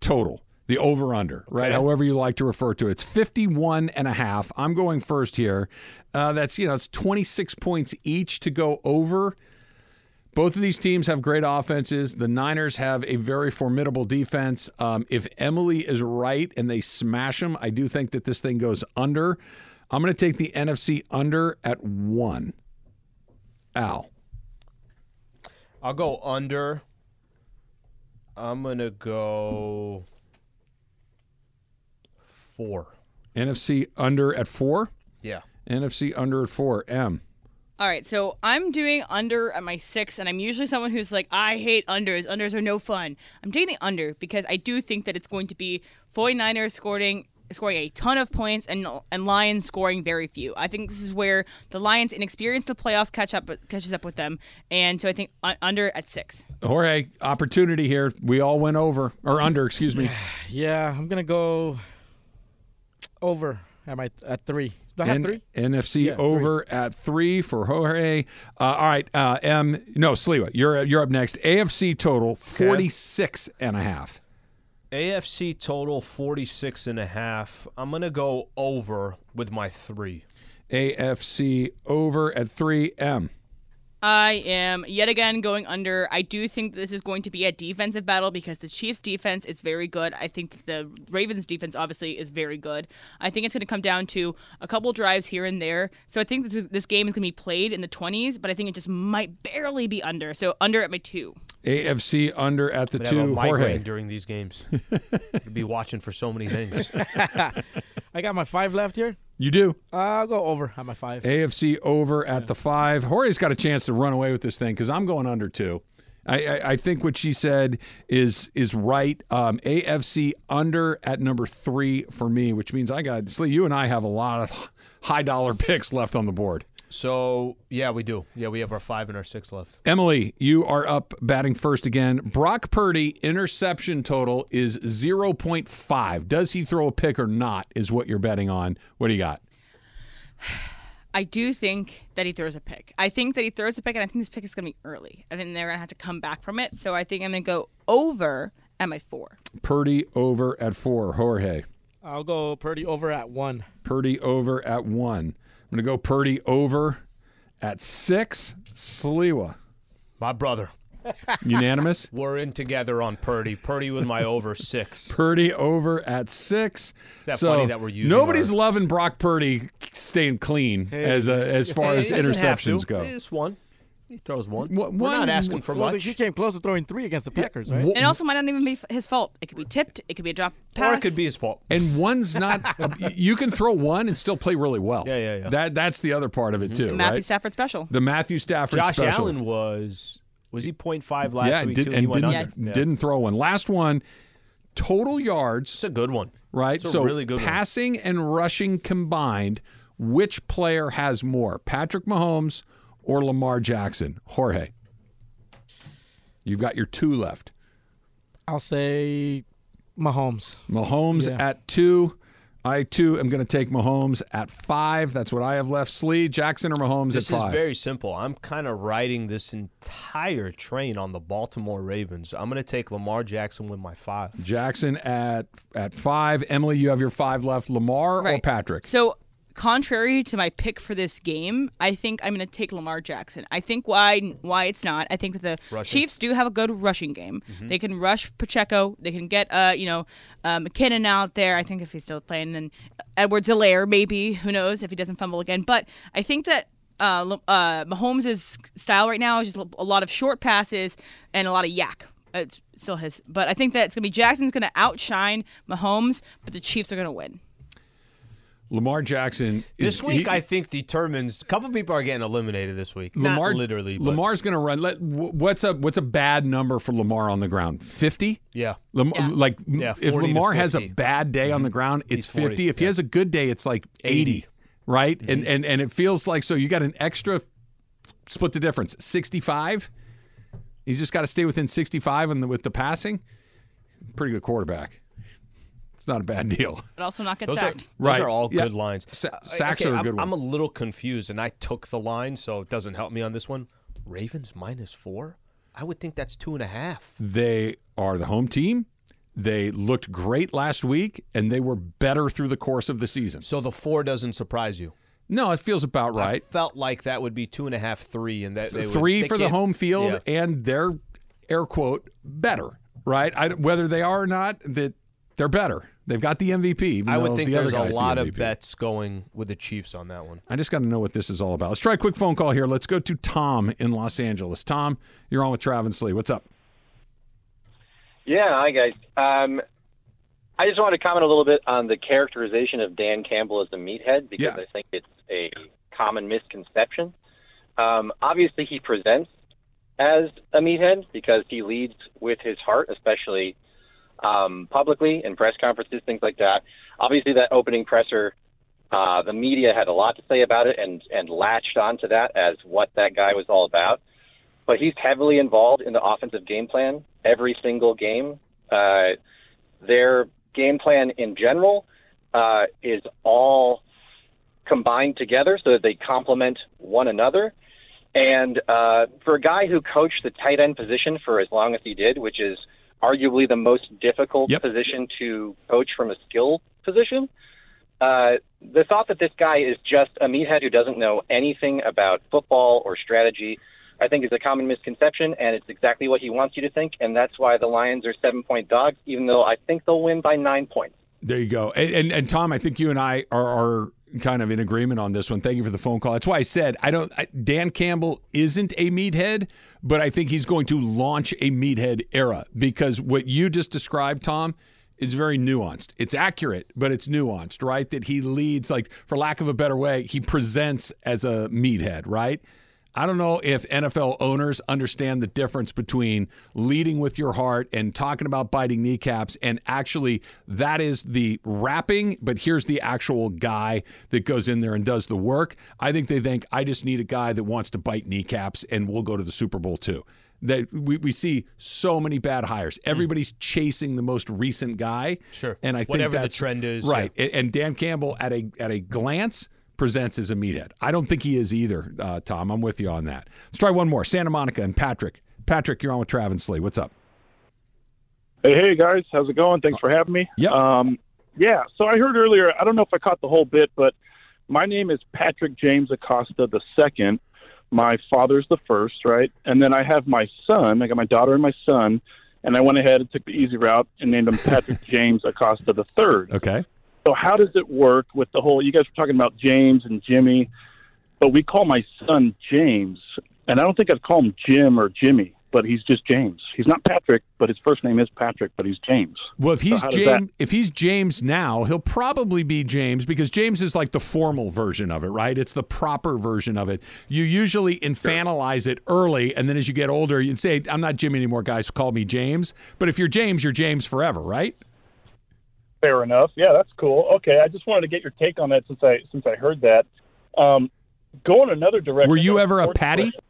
total, the over under, right? However you like to refer to it. It's 51 and a half. I'm going first here. Uh, that's, you know, it's 26 points each to go over. Both of these teams have great offenses. The Niners have a very formidable defense. Um, if Emily is right and they smash them, I do think that this thing goes under. I'm going to take the NFC under at one. Al.
I'll go under. I'm going to go four.
NFC under at four.
Yeah.
NFC under at four. M.
All right, so I'm doing under at my six, and I'm usually someone who's like, I hate unders. Unders are no fun. I'm taking the under because I do think that it's going to be 49ers scoring scoring a ton of points and and Lions scoring very few. I think this is where the Lions inexperience in the playoffs catch up catches up with them, and so I think u- under at six.
Jorge, opportunity here. We all went over or under, excuse me.
Yeah, I'm gonna go over. Am I at three? Do I have
N-
three?
NFC
Yeah, three.
over at three for Jorge. Uh, all right, uh, M. No, Sliwa, you're you're up next. AFC total 46 and a half.
AFC total 46 and a half. I'm going to go over with my three.
AFC E, over at three. M.
I am yet again going under. I do think this is going to be a defensive battle because the Chiefs' defense is very good. I think the Ravens' defense obviously is very good. I think it's going to come down to a couple drives here and there. So I think this, is, this game is going to be played in the 20s, but I think it just might barely be under. So under at my two.
AFC under at the
I'm gonna have a
two.
migraine
Jorge.
during these games. I'll be watching for so many things.
I got my five left here.
You do.
I'll go over on my five.
AFC over at the five. Jorge's got a chance to run away with this thing because I'm going under two. I, I, I think what she said is is right. Um, AFC under at number three for me, which means I got Slee. You and I have a lot of high dollar picks left on the board.
So, yeah, we do. Yeah, we have our five and our six left.
Emily, you are up batting first again. Brock Purdy interception total is 0.5. Does he throw a pick or not? Is what you're betting on. What do you got?
I do think that he throws a pick. I think that he throws a pick, and I think this pick is going to be early. I think they're going to have to come back from it. So I think I'm going to go over at my four.
Purdy over at four. Jorge.
I'll go Purdy over at one.
Purdy over at one. I'm going to go Purdy over at six. Sliwa.
My brother,
Unanimous?
we're in together on Purdy. Purdy with my over six.
Purdy over at six. Is
that funny that we're using
Nobody's
our-
loving Brock Purdy staying clean as a, as far as interceptions go.
It's one. He throws one.
Wha-
We're
one-
not asking for
Well,
much.
you came close to throwing three against the Packers, right?
Wha-
And it also might not even be f- his fault. It could be tipped. It could be a drop pass.
Or it could be his fault.
and one's not a- you can throw one and still play really well.
Yeah, yeah, yeah.
That that's the other part of it too,
Matthew
right?
Stafford special.
the Matthew Stafford
Josh
special.
Allen was was he point five last
yeah,
week
did,
too?
and
he went
didn't
under. Yeah.
didn't throw one. Last one, total yards,
It's a good one,
right?
It's a
so
really good one.
passing and rushing combined, which player has more, Patrick Mahomes or Lamar Jackson? Jorge, you've got your two left.
I'll say Mahomes.
Mahomes
Yeah.
at two. I too am going to take Mahomes at five. That's what I have left. Slee, Jackson or Mahomes
This
at
is
five.
very simple. I'm kind of riding this entire train on the Baltimore Ravens. I'm going to take Lamar Jackson with my five.
Jackson at at five. Emily, you have your five left. Lamar or
Right.
Patrick?
So, contrary to my pick for this game, I think I'm going to take Lamar Jackson. I think why why it's not. I think that the Chiefs do have a good rushing game. They can rush Pacheco. They can get uh you know uh, McKinnon out there. I think if he's still playing, and Edwards Alaire maybe who knows if he doesn't fumble again. But I think that. Uh, Lam- uh, Mahomes' style right now is just a lot of short passes and a lot of yak. It's still his, but I think that it's gonna be Jackson's gonna outshine Mahomes, but the Chiefs are gonna win.
Lamar Jackson.
This
is,
week,
he-
I think determines. A couple people are getting eliminated this week.
Lamar
Not literally, but
Lamar's going to run. Let, wh- what's a what's a bad number for Lamar on the ground? Fifty.
yeah.
Lam-
Yeah.
Like m-
Yeah,
if
40 to
Lamar has a
50.
bad day on the ground, it's
He's 40,
50. If he
yeah. Mm-hmm.
has a good day, it's like 80, right? And and and it feels like so you got an extra split the difference. 65. He's just got to stay within 65 and the, with the passing. Pretty good quarterback. It's not a bad deal.
but also not get
Those are,
sacked.
those
Right.
are all
Yeah.
good lines.
Sa-
Uh,
sacks
okay,
are a
I'm-
good one.
I'm a little confused, and I took the line, so it doesn't help me on this one. Ravens minus four? I would think that's two and a half.
They are the home team. They looked great last week, and they were better through the course of the season.
So the four doesn't surprise you.
No, it feels about
I
right.
felt like that would be two and a half, three, and that they would-
Three
they
for the
can't-
home field,
Yeah.
and they're air quote better, right? I, whether they are or not, that they're better. They've got the MVP. even
I
though
would think
the other
there's a
guy's the
lot of
MVP.
bets going with the Chiefs on that one.
I just got to know what this is all about. Let's try a quick phone call here. Let's go to Tom in Los Angeles. Tom, you're on with Travis Lee. What's up?
Yeah, hi guys. Um, I just wanted to comment a little bit on the characterization of Dan Campbell as the meathead because
Yeah.
I think it's a common misconception. Um, obviously, he presents as a meathead because he leads with his heart, especially um, publicly in press conferences, things like that. Obviously, that opening presser, uh, the media had a lot to say about it and and latched onto that as what that guy was all about but he's heavily involved in the offensive game plan every single game. Uh, their game plan in general uh, is all combined together so that they complement one another. And uh, for a guy who coached the tight end position for as long as he did, which is arguably the most difficult
Yep.
position to coach from a skill position, uh, the thought that this guy is just a meathead who doesn't know anything about football or strategy, I think is a common misconception, and it's exactly what he wants you to think, and that's why the Lions are seven point dogs, even though I think they'll win by nine points.
There you go. And, and and Tom, I think you and I are, are kind of in agreement on this one. Thank you for the phone call. That's why I said I don't. I, Dan Campbell isn't a meathead, but I think he's going to launch a meathead era because what you just described, Tom. Is very nuanced. It's accurate, but it's nuanced, right? That he leads, like, for lack of a better way, he presents as a meathead, right? I don't know if NFL owners understand the difference between leading with your heart and talking about biting kneecaps, and actually, that is the wrapping, but here's the actual guy that goes in there and does the work. I think they think, I just need a guy that wants to bite kneecaps, and we'll go to the Super Bowl too. That we, we see so many bad hires. Everybody's chasing the most recent guy.
Sure.
And I think
Whatever the
that's-
trend is,
Right. And- And Dan Campbell, at a at a glance, presents as a meathead. I don't think he is either, uh, Tom. I'm with you on that. Let's try one more. Santa Monica and Patrick. Patrick, you're on with Travis Lee. What's up?
Hey, hey guys, how's it going? Thanks for having me.
Yep.
Um, yeah. So I heard earlier. I don't know if I caught the whole bit, but my name is Patrick James Acosta the second. My father's the first, right? And then I have my son. I got my daughter and my son, and I went ahead and took the easy route and named him Patrick James Acosta the third.
Okay.
So how does it work with the whole? You guys were talking about James and Jimmy, but we call my son James, and I don't think I'd call him Jim or Jimmy, but he's just James. He's not Patrick, but his first name is Patrick, but he's James.
Well, if he's
how does that-
James, if he's James now, he'll probably be James because James is like the formal version of it, right? It's the proper version of it. You usually infantilize it early, and then as you get older, you'd say, "I'm not Jimmy anymore, guys. Call me James." But if you're James, you're James forever, right?
Fair enough. Yeah, that's cool. Okay, I just wanted to get your take on that since I since I heard that. Um, going another direction.
Were you ever a
Sports
Patty?
question.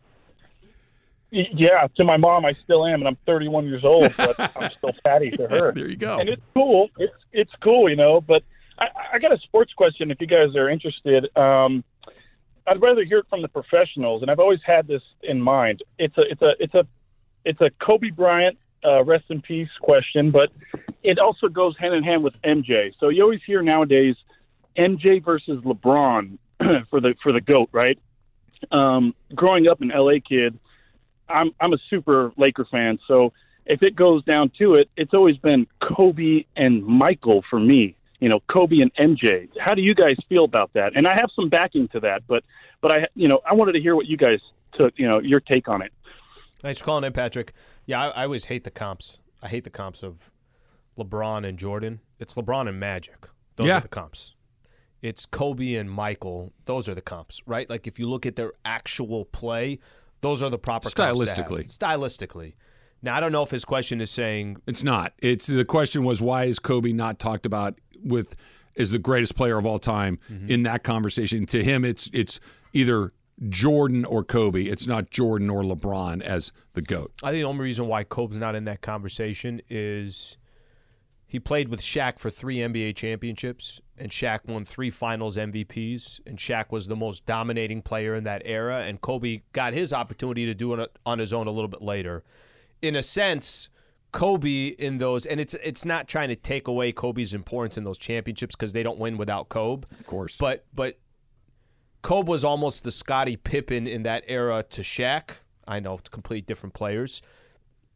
Y- Yeah, to my mom, I still am, and I'm 31 years old, but I'm still Patty to her.
There you go.
And it's cool. It's it's cool, you know. But I, I got a sports question. If you guys are interested, um, I'd rather hear it from the professionals. And I've always had this in mind. It's a it's a it's a it's a Kobe Bryant uh, rest in peace question, but it also goes hand in hand with MJ. So you always hear nowadays MJ versus LeBron for the for the goat, right? Um, growing up an LA kid, I'm I'm a super Laker fan, so if it goes down to it, it's always been Kobe and Michael for me. You know, Kobe and MJ. How do you guys feel about that? And I have some backing to that, but but I you know I wanted to hear what you guys took you know your take on it.
Thanks for calling in, Patrick. Yeah, I, I always hate the comps. I hate the comps of LeBron and Jordan. It's LeBron and Magic. Those
Yeah.
are the comps. it's Kobe and Michael. Those are the comps, right? Like if you look at their actual play, those are the proper comps to have.
Stylistically.
Stylistically. Now I don't know if his question is saying
It's not. It's the question was why is Kobe not talked about with as the greatest player of all time in that conversation? To him, it's it's either Jordan or Kobe. It's not Jordan or LeBron as the goat.
I think the only reason why Kobe's not in that conversation is he played with Shaq for three NBA championships, and Shaq won three finals MVPs, and Shaq was the most dominating player in that era, and Kobe got his opportunity to do it on his own a little bit later. In a sense, Kobe in those, and it's it's not trying to take away Kobe's importance in those championships because they don't win without Kobe. Of
course.
but but Kobe was almost the Scottie Pippen in that era to Shaq. I know, complete different players.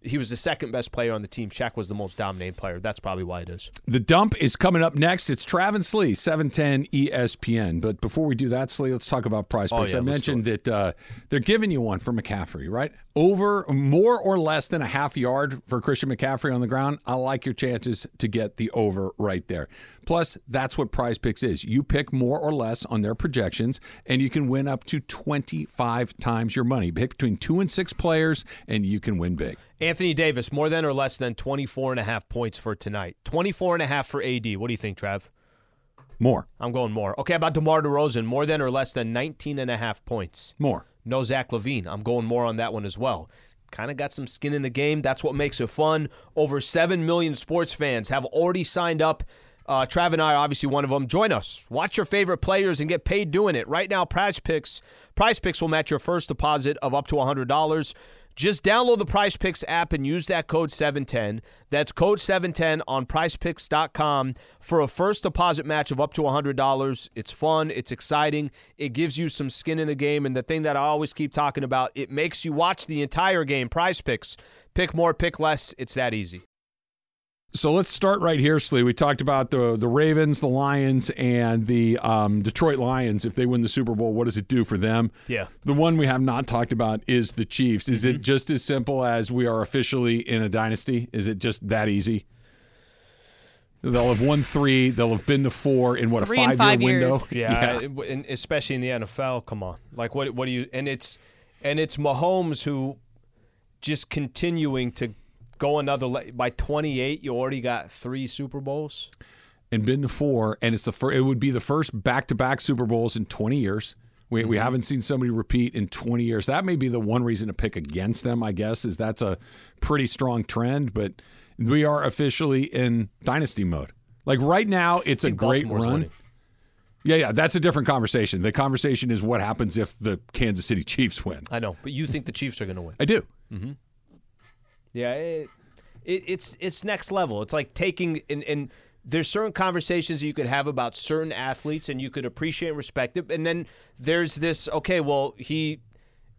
He was the second best player on the team. Shaq was the most dominating player. That's probably why it is.
The dump is coming up next. It's Travis Slee, 710 ESPN. But before we do that, Slee, let's talk about prize
Oh,
picks.
yeah,
I
let's do
mentioned that uh, they're giving you one for McCaffrey, right? Over more or less than a half yard for Christian McCaffrey on the ground. I like your chances to get the over right there. Plus, that's what prize picks is. You pick more or less on their projections, and you can win up to 25 times your money. Pick between two and six players, and you can win big.
Anthony Davis, more than or less than 24 and a half points for tonight. 24 and a half for AD. What do you think, Trav?
More,
I'm going more. Okay, about DeMar DeRozan, more than or less than 19 and a half points.
more.
No Zach Levine. I'm going more on that one as well. Kind of got some skin in the game. That's what makes it fun. Over 7 million sports fans have already signed up. Uh, Trav and I are obviously one of them. Join us. Watch your favorite players and get paid doing it. Right now, Prize Picks, Prize Picks will match your first deposit of up to $100. Just download the Prize Picks app and use that code 710. That's code 710 on prizepicks.com for a first deposit match of up to $100. It's fun, it's exciting, it gives you some skin in the game. And the thing that I always keep talking about, it makes you watch the entire game. Prize Picks. Pick more, pick less. It's that easy.
So let's start right here, Slee. We talked about the the Ravens, the Lions, and the um, Detroit Lions. If they win the Super Bowl, what does it do for them?
Yeah. Mm-hmm.
The one we have not talked about is the Chiefs. Is it just as simple as we are officially in a dynasty? Is it just that easy? They'll have won three. They'll have been to four in what
Three
a
and
five,
five
year window.
years.
Yeah, I- and especially in the NFL. Come on, like what? What do you? And it's and it's Mahomes who just continuing to go another le- by 28. You already got three Super Bowls.
and been to four, and it's the fir- it would be the first back to back Super Bowls in 20 years. We, we
Mm-hmm.
haven't seen somebody repeat in 20 years. That may be the one reason to pick against them, I guess, is that's a pretty strong trend. But we are officially in dynasty mode. Like right now, it's a great
Baltimore's
run.
winning.
Yeah, yeah, that's a different conversation. The conversation is what happens if the Kansas City Chiefs win.
I know, but you think the Chiefs are going to win?
I do.
Yeah, it, it, it's it's next level. It's like taking and and there's certain conversations you could have about certain athletes, and you could appreciate and respect it. And then there's this. Okay, well he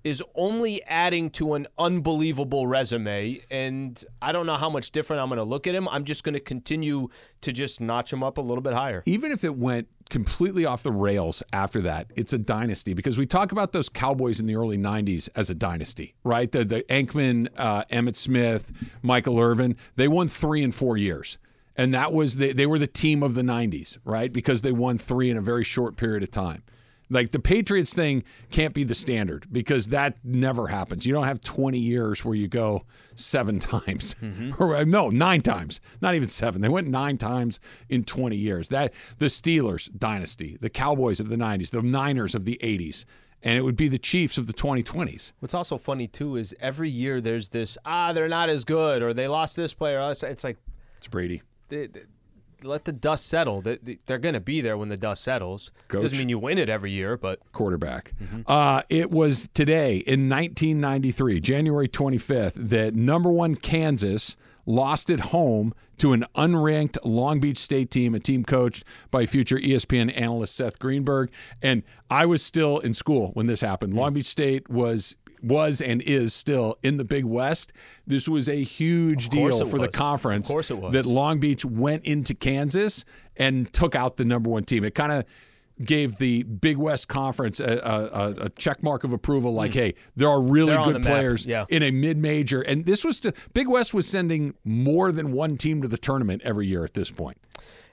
is only adding to an unbelievable resume and I don't know how much different I'm going to look at him. I'm just going to continue to just notch him up a little bit higher.
even if it went completely off the rails after that, it's a dynasty because we talk about those Cowboys in the early 90s as a dynasty, right? The, the Ankman, uh, Emmett Smith, Michael Irvin, they won three in four years. And that was, they, they were the team of the 90s, right? Because they won three in a very short period of time. Like the Patriots thing can't be the standard because that never happens. You don't have 20 years where you go seven times, or uh, no, nine times, not even seven. They went nine times in 20 years. That the Steelers dynasty, the Cowboys of the 90s, the Niners of the 80s, and it would be the Chiefs of the 2020s.
What's also funny too is every year there's this ah they're not as good or they lost this player. or this- It's like
It's Brady.
they, they- let the dust settle. They, they- they're going to be there when the dust settles.
Coach.
Doesn't mean you win it every year, but
quarterback. Uh, it was today in 1993, January 25th, that number one Kansas lost at home to an unranked Long Beach State team, a team coached by future E ESPN analyst Seth Greenberg. And I was still in school when this happened. Long Beach State was was and is still in the Big West. This was a huge
course
deal
it
for the
was.
conference.
Of course it was.
That Long Beach went into Kansas and took out the number one team. It kind of gave the Big West Conference a, a, a- a check mark of approval, like, hey, there are really
Hmm. They're on
good
the map.
players
Yeah.
in a mid major. And this was to, Big West was sending more than one team to the tournament every year at this point.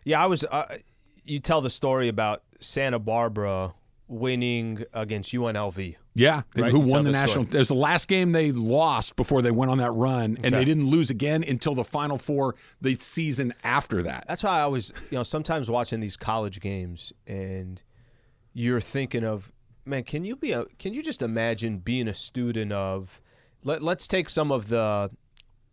yeah, I was. Uh, you tell the story about Santa Barbara winning against UNLV.
Yeah, they-
Right,
who
you tell
won the
the
national?
story.
It was the last game they lost before they went on that run, and they
Okay.
didn't lose again until the Final Four the season after that.
That's why I always, you know, sometimes watching these college games and you're thinking of, man, can you be a, can you just imagine being a student of, let, let's take some of the,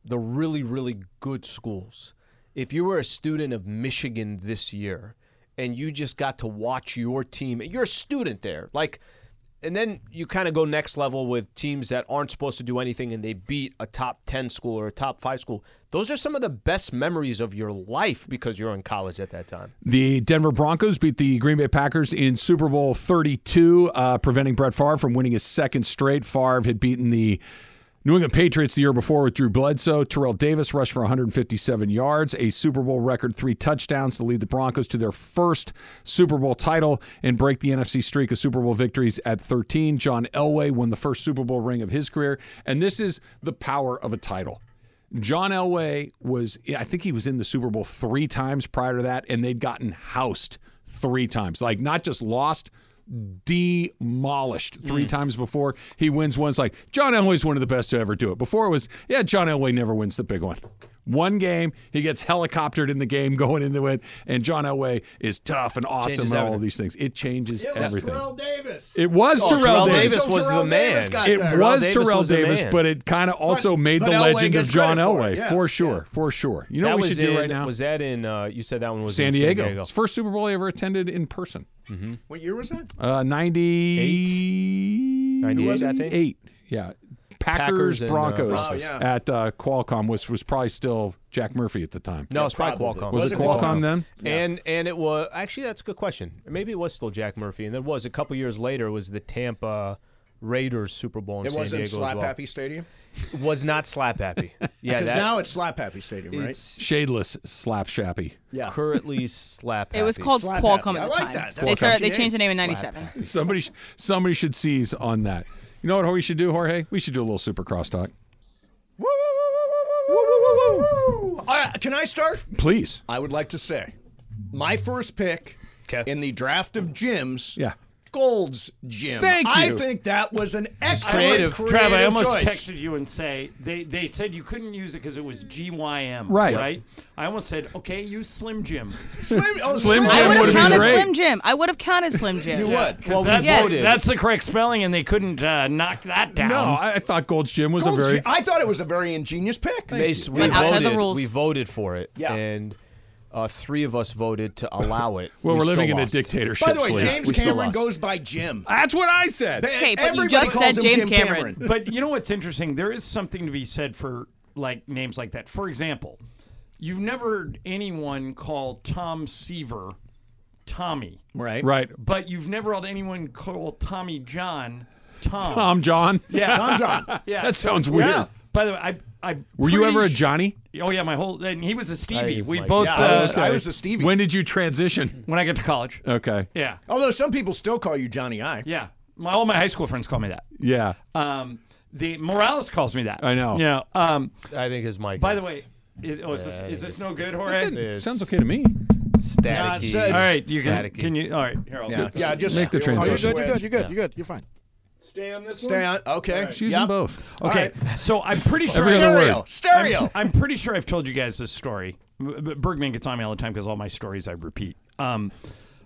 the really, really good schools. If you were a student of Michigan this year and you just got to watch your team, you're a student there, like, and then you kind of go next level with teams that aren't supposed to do anything and they beat a top 10 school or a top 5 school. Those are some of the best memories of your life because you're in college at that time.
The Denver Broncos beat the Green Bay Packers in Super Bowl 32, uh, preventing Brett Favre from winning his second straight. Favre had beaten the New England Patriots the year before with Drew Bledsoe. Terrell Davis rushed for 157 yards, a Super Bowl record three touchdowns to lead the Broncos to their first Super Bowl title and break the NFC streak of Super Bowl victories at 13. John Elway won the first Super Bowl ring of his career. And this is the power of a title. John Elway was, I think he was in the Super Bowl three times prior to that, and they'd gotten housed three times. Like, not just lost, demolished three times before. He wins one. It's like, John Elway's one of the best to ever do it. Before it was, yeah, John Elway never wins the big one. One game, he gets helicoptered in the game going into it, and John Elway is tough and awesome and all of these things. It changes everything.
Davis.
It was
Oh,
Terrell,
Terrell
Davis.
Davis
So
was
Terrell
the man.
Davis got
It
there.
was
Davis
Terrell
was the
Davis,
man.
but it kind of also made
but
the
Elway
legend of
gets
John
credit for
Elway
it, yeah,
for sure, for sure. You know
that
what we
was
should do
in-
right now?
Was that in? Uh, you said that one was
San
in
Diego.
San Diego.
It's the first Super Bowl I ever attended in person.
Mm-hmm.
What year was that?
Uh, 90...
98, I think.
Eight. Yeah. Packers,
Packers and, uh,
Broncos
Broncos. Oh,
yeah.
at uh, Qualcomm, which was probably still Jack Murphy at the time.
No, it's probably Qualcomm.
Was, it Qualcomm, then?
And and it was actually that's a good question. Maybe it was still Jack Murphy, and it was a couple years later was the Tampa Raiders Super Bowl in
It
San
wasn't
Diego
Slap
as well.
Happy Stadium?
It was not slap happy. Yeah,
Because
that,
now it's Slap Happy Stadium, right?
it's
Shadeless Slap Shappy.
yeah.
currently slap.
It was
happy.
called
Slap
Qualcomm at
happy. I
the
like
time.
Uh,
that.
They,
Qualcomm.
started, they
Yeah.
changed the name in '97.
Somebody, sh- somebody should seize on that. You know what we should do, Jorge? We should do a little super crosstalk.
Woo, woo, woo, woo, woo, woo, woo, woo, woo. All right, can I start?
Please.
I would like to say my first pick
Okay.
in the draft of gyms.
Yeah.
Gold's gym.
Thank
I
you.
think that was an
creative.
excellent creative,
Trav, I almost
choice.
texted-
texted you and say they they said you couldn't use it because it was GYM.
Right.
Right. I almost said okay, use Slim Jim.
Slim, oh,
Slim Jim
I
would've
would have
been
counted
great.
Slim Jim. I would have counted Slim Jim.
You would.
'Cause that's,
Yes. voted.
that's the correct spelling, and they couldn't uh, knock that down.
No, I, I thought Gold's Gym was
Gold's
a very.
Gym- I thought it was a very ingenious pick.
Mace, we
But outside the
voted.
rules.
We voted for it.
Yeah.
And uh, three of us voted to allow it.
well,
We
we're
still
living in
lost.
a dictatorship.
By the way,
Slim.
James
we still
Cameron
lost.
goes by Jim.
That's what I said.
Okay, but you
Everybody
just
calls
said
him
James
Jim
Cameron.
But you know what's interesting? There is something to be said for like names like that. For example, you've never heard anyone call Tom Seaver Tommy,
Right.
Right.
but you've never heard anyone call Tommy John Tom.
Tom John.
Yeah, Tom
John.
Yeah.
That
so-
sounds weird.
Yeah.
By the way, I I
Were you
pretty
ever a
sh-
Johnny?
Oh yeah, my whole and he was a Stevie.
was
We
my-
both
Yeah, I,
uh,
was, I was a Stevie.
When did you transition?
when I got to college.
Okay.
Yeah,
Although some people still call you Johnny I.
yeah. My all my high school friends call me that.
Yeah.
Um, the Morales calls me that.
I know.
You know. Um,
I think his mic.
by
is
the way, is, oh, is this is this no good, Jorge?
It sounds okay to me.
staticky.
Nah, it's- it's-
All right, you can
Staticky.
can you all right here. I'll
Yeah, yeah, just
Make the
Oh, you're
transition.
good, you're
You're good.
good,
You're good. You're good. You're fine.
stay on this
Stay on. Okay.
She's
Yep.
in both.
All
Okay,
right.
so I'm pretty sure
Every other
Stereo.
word.
Stereo.
I'm, I'm pretty sure I've told you guys this story. B- B- Bergman gets on me all the time because all my stories I repeat. Um,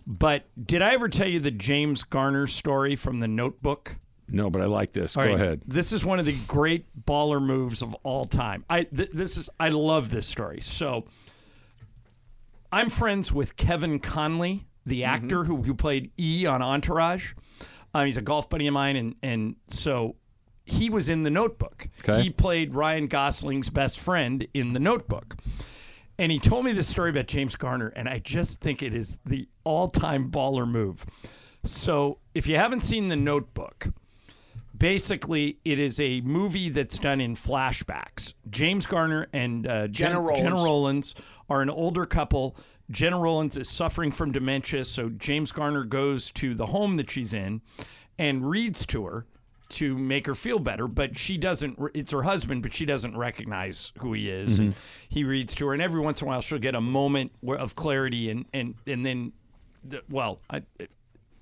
but did I ever tell you the James Garner story from The Notebook?
No, but I like this.
All
Go
right,
ahead.
This is one of the great baller moves of all time. I th- this is I love this story. So I'm friends with Kevin Conley, the
Mm-hmm.
actor who, who played E on Entourage. Um, he's a golf buddy of mine, and and so he was in The Notebook.
Okay.
He played Ryan Gosling's best friend in The Notebook. And he told me this story about James Garner, and I just think it is the all-time baller move. So, if you haven't seen The Notebook, basically it is a movie that's done in flashbacks. James Garner and uh, Jen-
Jenna Rollins.
Jenna Rollins are an older couple. Jenna Rollins is suffering from dementia, so James Garner goes to the home that she's in and reads to her to make her feel better, but she doesn't. re- It's her husband, but she doesn't recognize who he is. And he reads to her, and every once in a while she'll get a moment where- of clarity, and and and then the- well, I,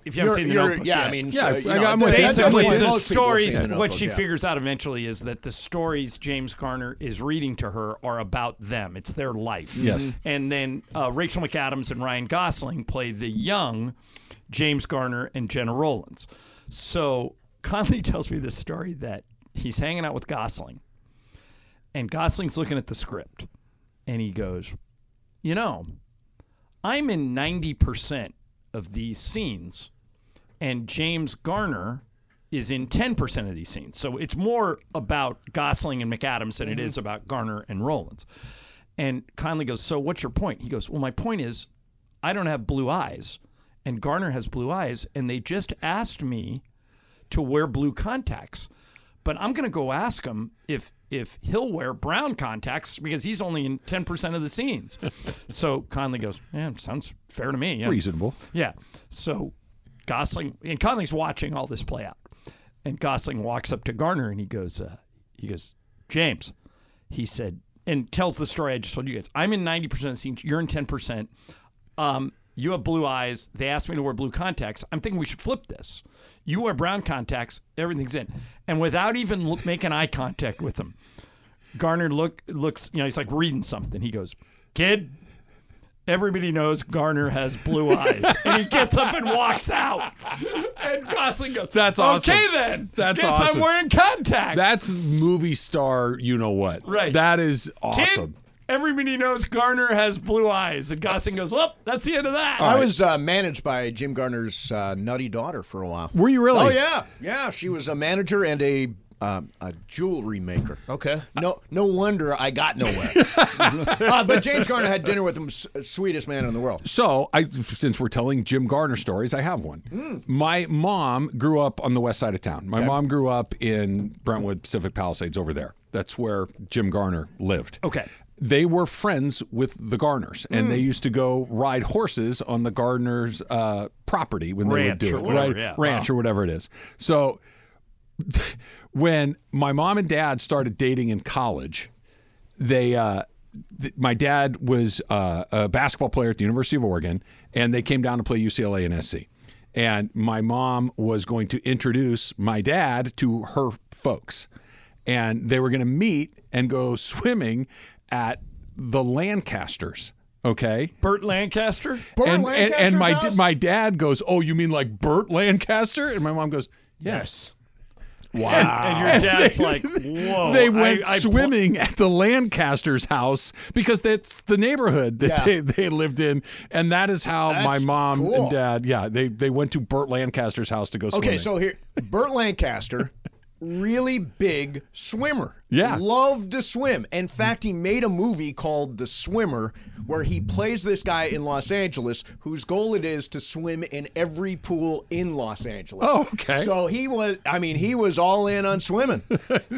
if you haven't
You're-
seen the
you're-
notebook,
yeah, I
yet.
mean, so, Yeah, you I- know, I'm with you. That's
basically
what
the
most people have seen
stories.
The
What she
Notebook, yeah.
figures out eventually is that the stories James Garner is reading to her are about them. It's their life.
Yes.
Mm-hmm.
Mhm.
And then uh, Rachel McAdams and Ryan Gosling play the young James Garner and Jenna Rollins. So Conley tells me this story that he's hanging out with Gosling, and Gosling's looking at the script, and he goes, "You know, I'm in 90% of these scenes, and James Garner is in 10% of these scenes. So it's more about Gosling and McAdams than it is about Garner and Rollins. And Conley goes, So what's your point? He goes, Well, my point is, I don't have blue eyes, and Garner has blue eyes, and they just asked me to wear blue contacts. But I'm going to go ask him if if he'll wear brown contacts because he's only in 10% of the scenes. so Conley goes, "Yeah, sounds fair to me." yeah."
Reasonable.
Yeah. So Gosling and Conley's watching all this play out, and Gosling walks up to Garner and he goes, uh, he goes, James, he said, and tells the story I just told you guys. I'm in 90 percent of the scenes. You're in 10 percent. Um, you have blue eyes. They asked me to wear blue contacts. I'm thinking we should flip this. You wear brown contacts. Everything's in. And without even look, making eye contact with him, Garner look looks. You know, he's like reading something. He goes, "Kid, Everybody knows Garner has blue eyes. and he gets up and walks out. And Gosling goes,
That's awesome.
Okay, then.
That's
Guess
awesome.
I'm wearing contacts.
That's movie star, you know what.
Right.
That is
Kid,
awesome.
everybody knows Garner has blue eyes. And Gosling goes, Well, that's the end of that.
I was uh, managed by Jim Garner's uh, nutty daughter for a while.
Were you really?
Oh yeah, yeah. She was a manager and a um, a jewelry maker.
Okay.
No, no wonder I got nowhere. uh, but James Garner had dinner with him, s- sweetest man in the world.
So, I since we're telling Jim Gardner stories, I have one.
Hmm.
My mom grew up on the west side of town. My mom grew up in Brentwood Pacific Palisades over there. That's where Jim Garner lived.
Okay. Hmm.
They were friends with the Garners, and they used to go ride horses on the Garners' uh, property when
Ranch
they would do
or
it,
whatever,
right?
yeah.
Ranch or whatever it is. So, when my mom and dad started dating in college, they uh, th- my dad was uh, a basketball player at the University of Oregon, and they came down to play UCLA and SC. And my mom was going to introduce my dad to her folks, and they were going to meet and go swimming at the Lancasters. Okay,
Bert Lancaster?
Bert
and, and and my
Lancaster's house?
my dad goes, "Oh, you mean like Burt Lancaster?" And my mom goes, "Yes." Wow.
And your dad's like, Whoa.
they went
I- I pl-
swimming at the Lancaster's house because that's the neighborhood that
Yeah.
they, they lived in, and that is how my
That's
mom and
cool.
dad, yeah, they they went to Burt Lancaster's house to go swimming.
Okay, so here, Burt Lancaster, really big swimmer.
Yeah.
Loved to swim. In fact, he made a movie called The Swimmer where he plays this guy in Los Angeles whose goal it is to swim in every pool in Los Angeles.
Oh, okay.
So he was, I mean, he was all in on swimming.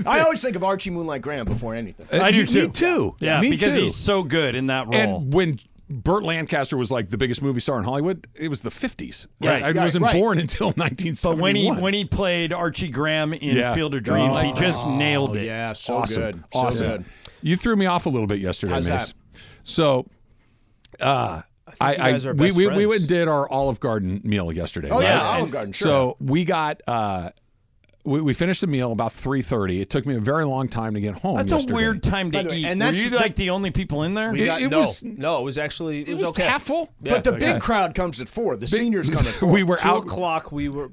I always think of Archie Moonlight Graham before anything.
Uh,
I do
me- Me
too.
too.
Yeah,
me
because
too.
he's so good in that role.
and when. Burt Lancaster was like the biggest movie star in Hollywood. It was the 50s.
Right,
I wasn't
right.
born until 1971.
but when he when he played Archie Graham in
Yeah. Oh,
Field of Dreams, he just nailed it.
Oh, Yeah, so
awesome.
good. So
Awesome.
good.
You threw me off a little bit yesterday,
How's
Mace.
that?
So, uh, I,
you
I,
guys are
we,
best
we, we
friends.
went and did our Olive Garden meal yesterday. Oh
yeah, Olive Garden, sure.
So we got uh, we, we finished the meal about three thirty. It took me a very long time to get home.
That's
yesterday.
a weird time to
the way,
eat.
and
Were
that's-
you
that-
like the only people in there?
We
It-
got-
it
no,
was-
no, it was actually it,
It was
okay.
half full.
But the big crowd comes at four. The seniors come at four.
we were
Two
out.
o'clock. We were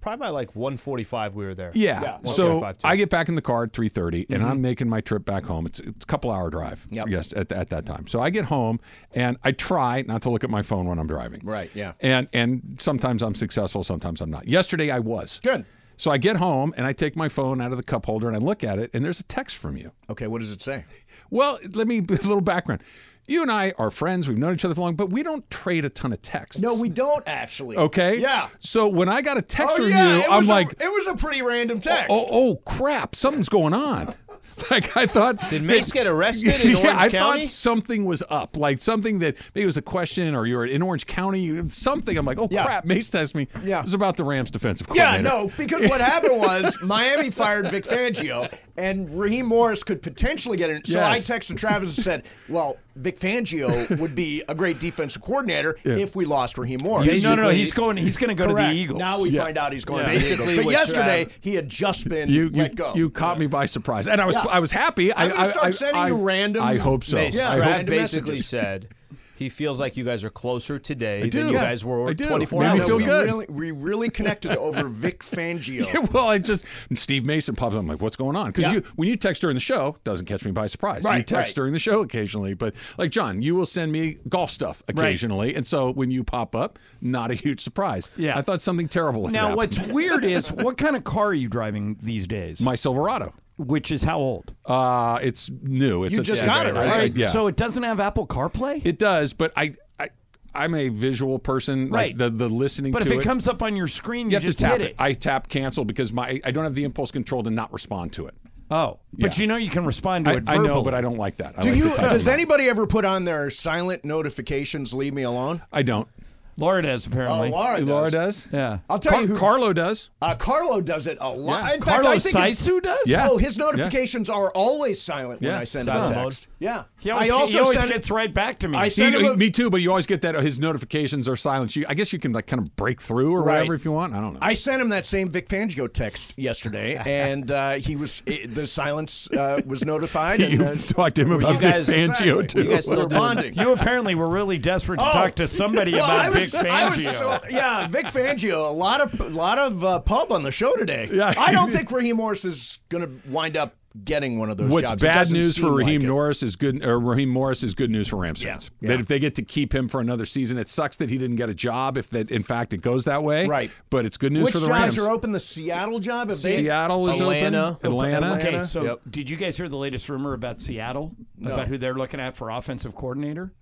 probably by like 1:45. We were there.
Yeah.
Yeah,
so
1:45 too.
I get back in the car at 3:30 and
Mm-hmm.
I'm making my trip back home. It's it's a couple hour drive. Yes, at, at that time. So I get home and I try not to look at my phone when I'm driving.
Right, yeah.
And and sometimes I'm successful, sometimes I'm not. Yesterday I was.
Good.
So I get home and I take my phone out of the cup holder and I look at it and there's a text from you.
Okay, what does it say?
Well, let me a little background. You and I are friends. We've known each other for long, but we don't trade a ton of texts.
No, we don't actually.
Okay.
Yeah.
So when I got a text
Oh
from
yeah,
you,
it
I'm
was
like,
a, it was a pretty random text.
Oh, oh crap! Something's oh, going on. Like I thought,
Did
that-
Mace get arrested in
yeah,
Orange
I
County?
thought something was up, like something that maybe it was a question, or you were in Orange County, you- something. I'm like, oh
Yeah.
crap, Mace texted me.
Yeah.
it was about the Rams defensive
Yeah,
coordinator.
no, because what happened was Miami fired Vic Fangio, and Raheem Morris could potentially get in. So
Yes.
I texted Travis and said, "Well, Vic Fangio would be a great defensive coordinator if we lost Raheem Morris."
no, no, no.
Basically-
He's going. He's going to go to
Correct.
the Eagles.
Now we
Yeah.
find out he's going to
Yeah.
the
Basically
Eagles. But
what
yesterday
Trav-
he had just been
You, you,
let go.
you caught me by surprise, and I was
Yeah.
I was happy.
I'm
I,
gonna
I,
start
I-
sending
I-
you random-
I hope so.
Mace,
Yeah.
I
Trav
hope-
Random
basically
messages.
said he feels like you guys are closer today
I
than
do.
you
Yeah,
guys were
I do.
24
Made me
hours
No,
feel
we
ago.
good.
Really, we really connected over Vic Fangio.
Yeah, well, I just Steve Mason pops up. I'm like, what's going on? Because
Yeah.
you when you text during the show, doesn't catch me by surprise. you
Right,
text
right.
during the show occasionally, but like John, you will send me golf stuff occasionally, and so when you pop up, not a huge surprise.
Yeah.
I thought something terrible. had
Now,
happened.
what's weird is what kind of car are you driving these days?
my Silverado?
Which is how old?
Uh, it's new. It's
You
a-
just
yeah,
got it,
I- I-
right?
Yeah.
So it doesn't have Apple CarPlay.
it does, but I, I I'm a visual person. like,
Right.
the the listening.
but
to
if it,
it
comes up on your screen, you,
you have
just
to tap
hit it.
I tap cancel because my I don't have the impulse control to not respond to it.
oh, but
Yeah.
you know you can respond to
I,
it.
I know,
verbally.
but I don't like that. I
Do
like to
you?
type
Does
it out.
anybody ever put on their silent notifications? Leave me alone. Oh,
I don't.
Laura does apparently.
Laura does.
Yeah.
I'll tell you who.
Carlo does.
uh, Carlo does it a lot.
Yeah.
In fact,
Carlos
I think his-
Saitsu does.
Yeah.
Oh, his notifications are always silent
Yeah,
when I send him a
silent
text. Yeah.
He always,
I also
he always
send,
gets right back to me.
I
He-
send him a,
me too, but you always get that his notifications are silent. You, I guess you can like kind of break through or
Right.
whatever if you want. I don't know.
I sent him that same Vic Fangio text yesterday, and uh, he was it, the silence uh, was notified. And,
you
uh,
talked to him about Vic
guys-
Fangio
exactly.
too.
You guys
we're
still doing-
bonding.
you apparently were really desperate to
Oh.
talk to somebody
Well,
about
I was-
Vic Fangio.
I was so- yeah, Vic Fangio. A lot of a lot of uh, pub on the show today.
Yeah.
I don't think Raheem Morris is going to wind up getting one of those
What's
jobs. It
bad
doesn't
news for
seem like
Raheem
it.
Norris is good. Or Raheem Morris is good news for Rams
Yeah,
fans.
yeah.
That if they get to keep him for another season, it sucks that he didn't get a job. If that in fact it goes that way,
Right.
But it's good news
Which
for the
jobs
Rams.
are open? The Seattle job. If they,
Seattle is
Atlanta.
open. Atlanta.
Atlanta.
Okay, so
Yep.
did you guys hear the latest rumor about Seattle? About who they're looking at for offensive coordinator?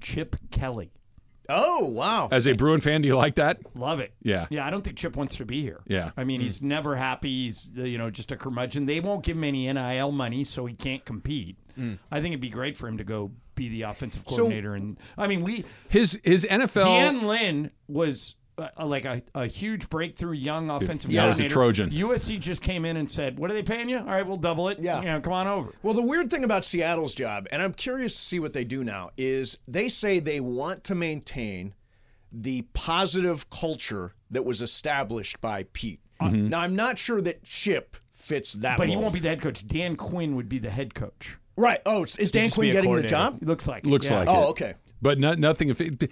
Chip Kelly.
Hmm. Oh wow.
As a Bruin fan, do you like that?
Love it.
Yeah.
Yeah, I don't think Chip wants to be here.
Yeah.
I
Hmm.
mean, he's never happy. He's, uh, you know, just a curmudgeon. They won't give him any NIL money, so he can't compete.
Hmm.
I think it'd be great for him to go be the offensive coordinator. and I mean, we,
His his NFL.
Dan Lynn was uh, uh, like a, a huge breakthrough young offensive
Yeah,
coordinator.
he's a Trojan.
USC just came in and said, "What are they paying you? All right, we'll double it.
Yeah.
you know, come on over."
Well, the weird thing about Seattle's job, and I'm curious to see what they do now, is they say they want to maintain the positive culture that was established by Pete.
Mm-hmm.
Now, I'm not sure that Chip fits that.
Uh, But he
mold.
won't be the head coach. Dan Quinn would be the head coach.
right. Oh, is- is Dan
just be
Quinn
a
getting the
coordinator.
job?
It looks like. it,
Looks
yeah.
like it.
Oh, okay.
But no, nothing. If it,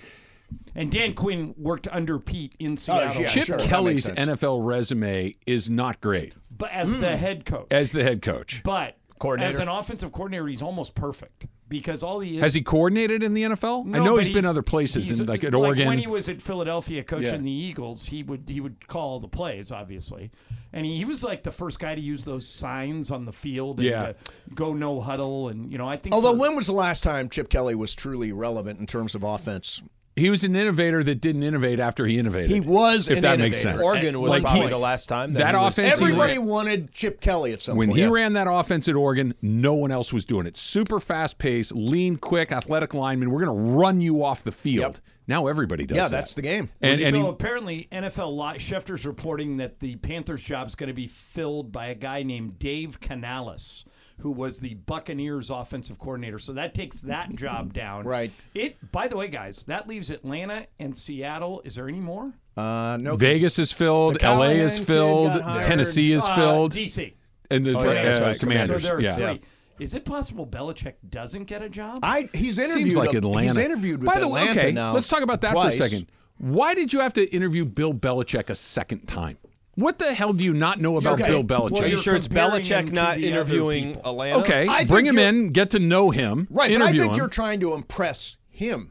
And Dan Quinn worked under Pete in Seattle,
Oh, yeah.
Chip
sure, that makes
Kelly's
sense.
NFL resume is not great
but as
Hmm.
the head coach,
as the head coach.
but
Coordinator.
as an offensive coordinator, he's almost perfect because all he is.
Has he coordinated in the NFL? I
No,
know
but
he's been other places,
he's-
in, like at Oregon.
When he was at Philadelphia coaching
Yeah.
the Eagles, he would he would call the plays, obviously, and he, he was like the first guy to use those signs on the field. And
Yeah.
uh, go no huddle, and you know I think.
Although,
for-
when was the last time Chip Kelly was truly relevant in terms of offense?
He was an innovator that didn't innovate after he innovated.
He was
if
an
that
innovator.
makes sense.
Oregon was
Like,
probably
he-
the last time
that
he was-
offense-
Everybody wanted Chip Kelly at some
when
point.
he ran that offense at Oregon, no one else was doing it. Super fast pace, lean, quick, athletic lineman. We're going to run you off the field. Now everybody does.
yeah,
that.
that's the game.
And, and
so
he-
apparently, NFL li Schefter's reporting that the Panthers' job is going to be filled by a guy named Dave Canales, who was the Buccaneers' offensive coordinator. So that takes that job down.
Right.
It. By the way, guys, that leaves Atlanta and Seattle. Is there any more?
Uh, no,
Vegas is filled,
The
LA is
Callahan kid
filled,
got hired. Oh,
Tennessee is
Uh,
filled,
DC.
and the
yeah, that's
uh,
right.
Commanders.
So there are
yeah.
three. Is it possible Belichick doesn't get a job?
I he's interviewed.
Seems like
a-
Atlanta.
He's interviewed with
By the
Atlanta
way, okay,
now.
let's talk about that
twice.
for a second. Why did you have to interview Bill Belichick a second time? What the hell do you not know about
Okay.
Bill
Well,
Belichick?
Are you
you're
sure it's
comparing him
Belichick
to
not
the other
interviewing
people.
Atlanta?
Okay,
I think
bring him
you're-
in, get to know him,
Right, but I
Interview
think
him.
you're trying to impress him.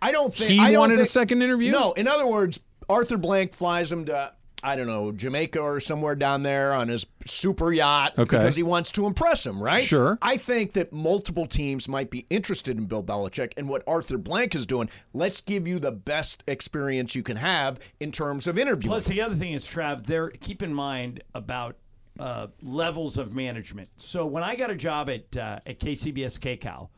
I don't think
He
I don't
wanted a
think-
second interview?
No, in other words, Arthur Blank flies him to I don't know Jamaica or somewhere down there on his super yacht
Okay.
because he wants to impress him, right?
Sure.
I think that multiple teams might be interested in Bill Belichick and what Arthur Blank is doing. Let's give you the best experience you can have in terms of interviewing.
Plus, the other thing is, Trav, there. Keep in mind about uh, levels of management. So when I got a job at uh, at KCBS KCAL,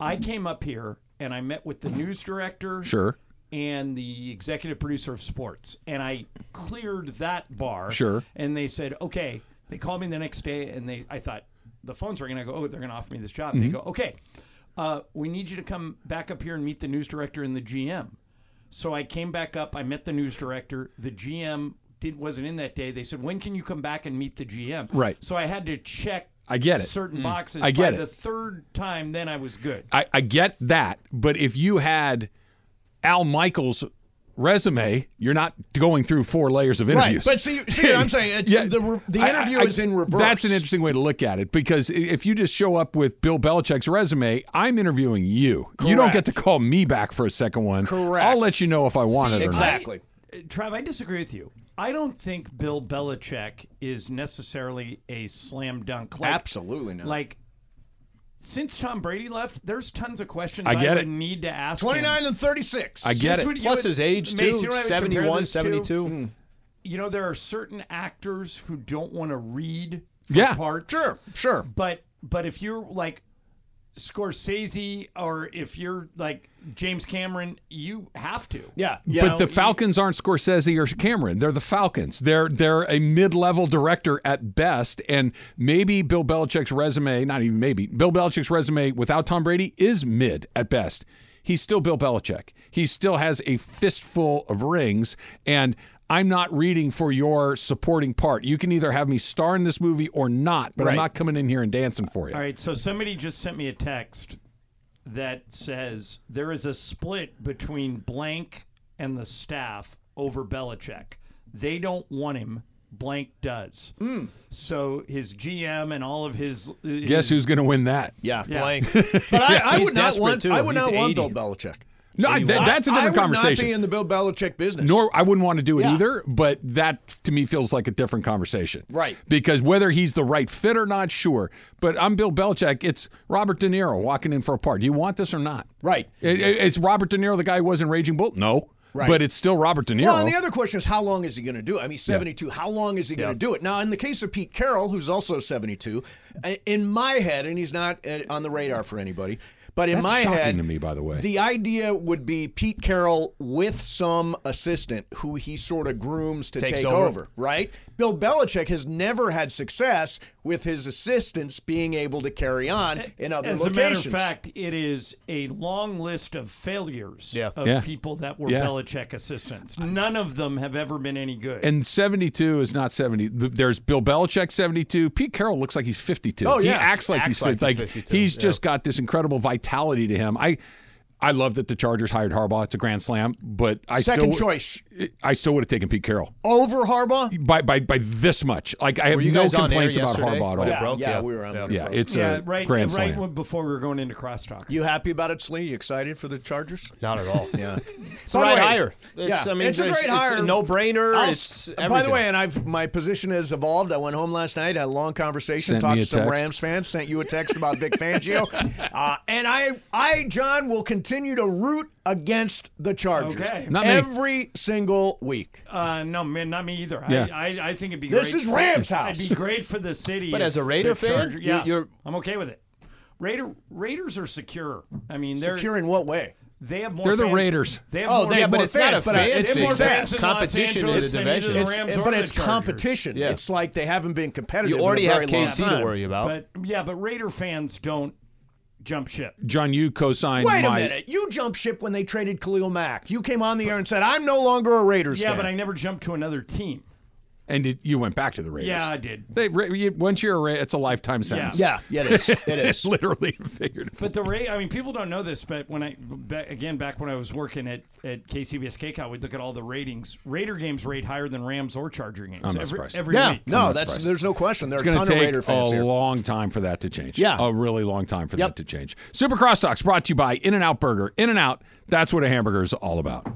I came up here and I met with the news director.
Sure.
And the executive producer of sports, and I cleared that bar.
Sure.
And they said, okay. They called me the next day, and they I thought the phone's ringing. I go, oh, they're going to offer me this job. They
Mhm.
go, okay, uh, we need you to come back up here and meet the news director and the GM. So I came back up. I met the news director. The GM did, wasn't in that day. They said, when can you come back and meet the GM?
Right.
So I had to check.
I get it.
Certain
Mm.
boxes.
I get
By
it.
The third time, then I was good.
I, I get that, but if you had Al Michaels' resume, you're not going through four layers of
Right,
interviews.
but see- see what I'm saying? It's- the re- the interview is in reverse.
That's an interesting way to look at it because i- if you just show up with Bill Belichick's resume, I'm interviewing you. You don't get to call me back for a second one. Correct. I'll let you know if I want it or
exactly.
I, Trav, I disagree with you. I don't think Bill Belichick is necessarily a slam dunk. Like,
Absolutely not.
Like, since Tom Brady left, there's tons of questions
I
I,
get
would
it.
need to ask. him.
29 and 36.
I get
This
it.
would- you
Plus
would-
his age,
Mace,
too.
you know what I would compare
71,
this to?
72.
You know, there are certain actors who don't want to read for
Yeah.
parts.
Sure, sure.
But but if you're like Scorsese or if you're like James Cameron, you have to.
Yeah.
You
But
know,
the
you-
Falcons aren't Scorsese or Cameron. They're the Falcons. They're they're a mid-level director at best, and maybe Bill Belichick's resume, not even maybe Bill Belichick's resume without Tom Brady is mid at best. He's still Bill Belichick. He still has a fistful of rings, and I'm not reading for your supporting part. You can either have me star in this movie or not, but I'm
Right.
not coming in here and dancing for you.
All right, so somebody just sent me a text that says there is a split between blank and the staff over Belichick. They don't want him. Blank does.
Hmm.
So his GM and all of his, uh, his
Guess who's going to win that?
Yeah.
Yeah.
Blank.
But I, I
He's
would not
desperate,
want.
too.
I would
He's
not want
80.
Bill Belichick.
No, I- that- that's a
I-
different
I would
conversation.
Not be in the Bill Belichick business.
Nor I wouldn't want to do it
Yeah.
either, but that to me feels like a different conversation.
Right.
Because whether he's the right fit or not, sure. But I'm Bill Belichick. It's Robert De Niro walking in for a part. Do you want this or not?
Right.
It, it- it's Robert De Niro the guy who was in Raging Bull? No.
Right.
But it's still Robert De Niro.
Well, and the other question is, how long is he going to do it? I mean, 72, how long is he going to do it? Now, in the case of Pete Carroll, who's also 72, I- in my head, and he's not uh, on the radar for anybody, but in
That's
my
shocking
head,
to me, by the way.
the idea would be Pete Carroll with some assistant who he sort of grooms to
Takes
take
over.
right? Bill Belichick has never had success with his assistants being able to carry on in other
As
locations.
a matter of fact, it is a long list of failures
Yeah.
of
Yeah.
people that were
Yeah.
Belichick assistants. None of them have ever been any good.
and 72 is not 70. Th- There's Bill Belichick 72. Pete Carroll looks like he's 52.
Oh,
He
yeah.
acts like he's
like
50.
he's
Like
52,
he's just got this incredible vitality to him. I I love that the Chargers hired Harbaugh. It's a grand slam, but I
Second
still
choice
I still would have taken Pete Carroll.
over Harbaugh.
by by by this much. Like I have
Were you
no
guys on air
complaints about
yesterday
Harbaugh at all.
when it
Yeah,
broke?
yeah, we were on when it broke.
it's
yeah,
a
right,
grand
right
slam.
when- before we were going into crosstalk.
You happy about it, Slee? You excited for the Chargers?
Not at all.
Yeah.
It's a great hire. It's,
yeah,
I mean,
it's a great hire.
It's a no-brainer.
I'll-
It's
by the
everything.
way, and I've my position has evolved. I went home last night, had a long conversation,
Sent
talked
me
to
a
some
text.
Rams fans, sent you a text about Vic Fangio, uh, and I, I, John, will continue to root against the Chargers
Okay.
Not me.
every single week.
Uh, no, man, not me either.
Yeah.
I, I, I think it'd be
This
great.
is Rams
I'd
house.
be great for the city.
But
if
as a Raider
the
fan,
Charger-
you-
yeah,
you're-
I'm okay with it. Raider Raiders are secure. I mean, they're
Secure in what way?
they have more.
They're the
fans-
Raiders.
They have
Oh,
more
they have
fans-
but
more
it's not a
fans, but I-
fan
it's
They have more
thing.
exactly-
fans in Los
competition in the
Angeles than either
division.
the
It's-
Rams or
but
the
it's
Chargers.
competition.
Yeah.
It's like they haven't been competitive.
you already
in a
have
very long
KC
time.
to worry about.
But yeah, but Raider fans don't jump ship.
John, you co-signed
Wait a
my.
minute. You jumped ship when they traded Khalil Mack. You came on the air and said, I'm no longer a Raiders
Yeah,
fan.
but I never jumped to another team.
And it, you went back to the Raiders.
Yeah, I did.
They, Ra- you, once you're a Ra- it's a lifetime sentence.
Yeah, yeah, it is. It is.
literally and figuratively.
But the rate, I mean, people don't know this, but when I, ba- again, back when I was working at, at KCBS KCOW, we'd look at all the ratings. Raider games rate higher than Rams or Charger games.
not
every,
surprised.
every
yeah,
week.
no, that's there's no question. There are
It's
a ton
going to
of
take
Raider
a
fans here.
long time for that to change.
Yeah.
a really long time for
Yep.
that to change. Super Crosstalks brought to you by In-N-Out Burger. In-N-Out, that's what a hamburger is all about.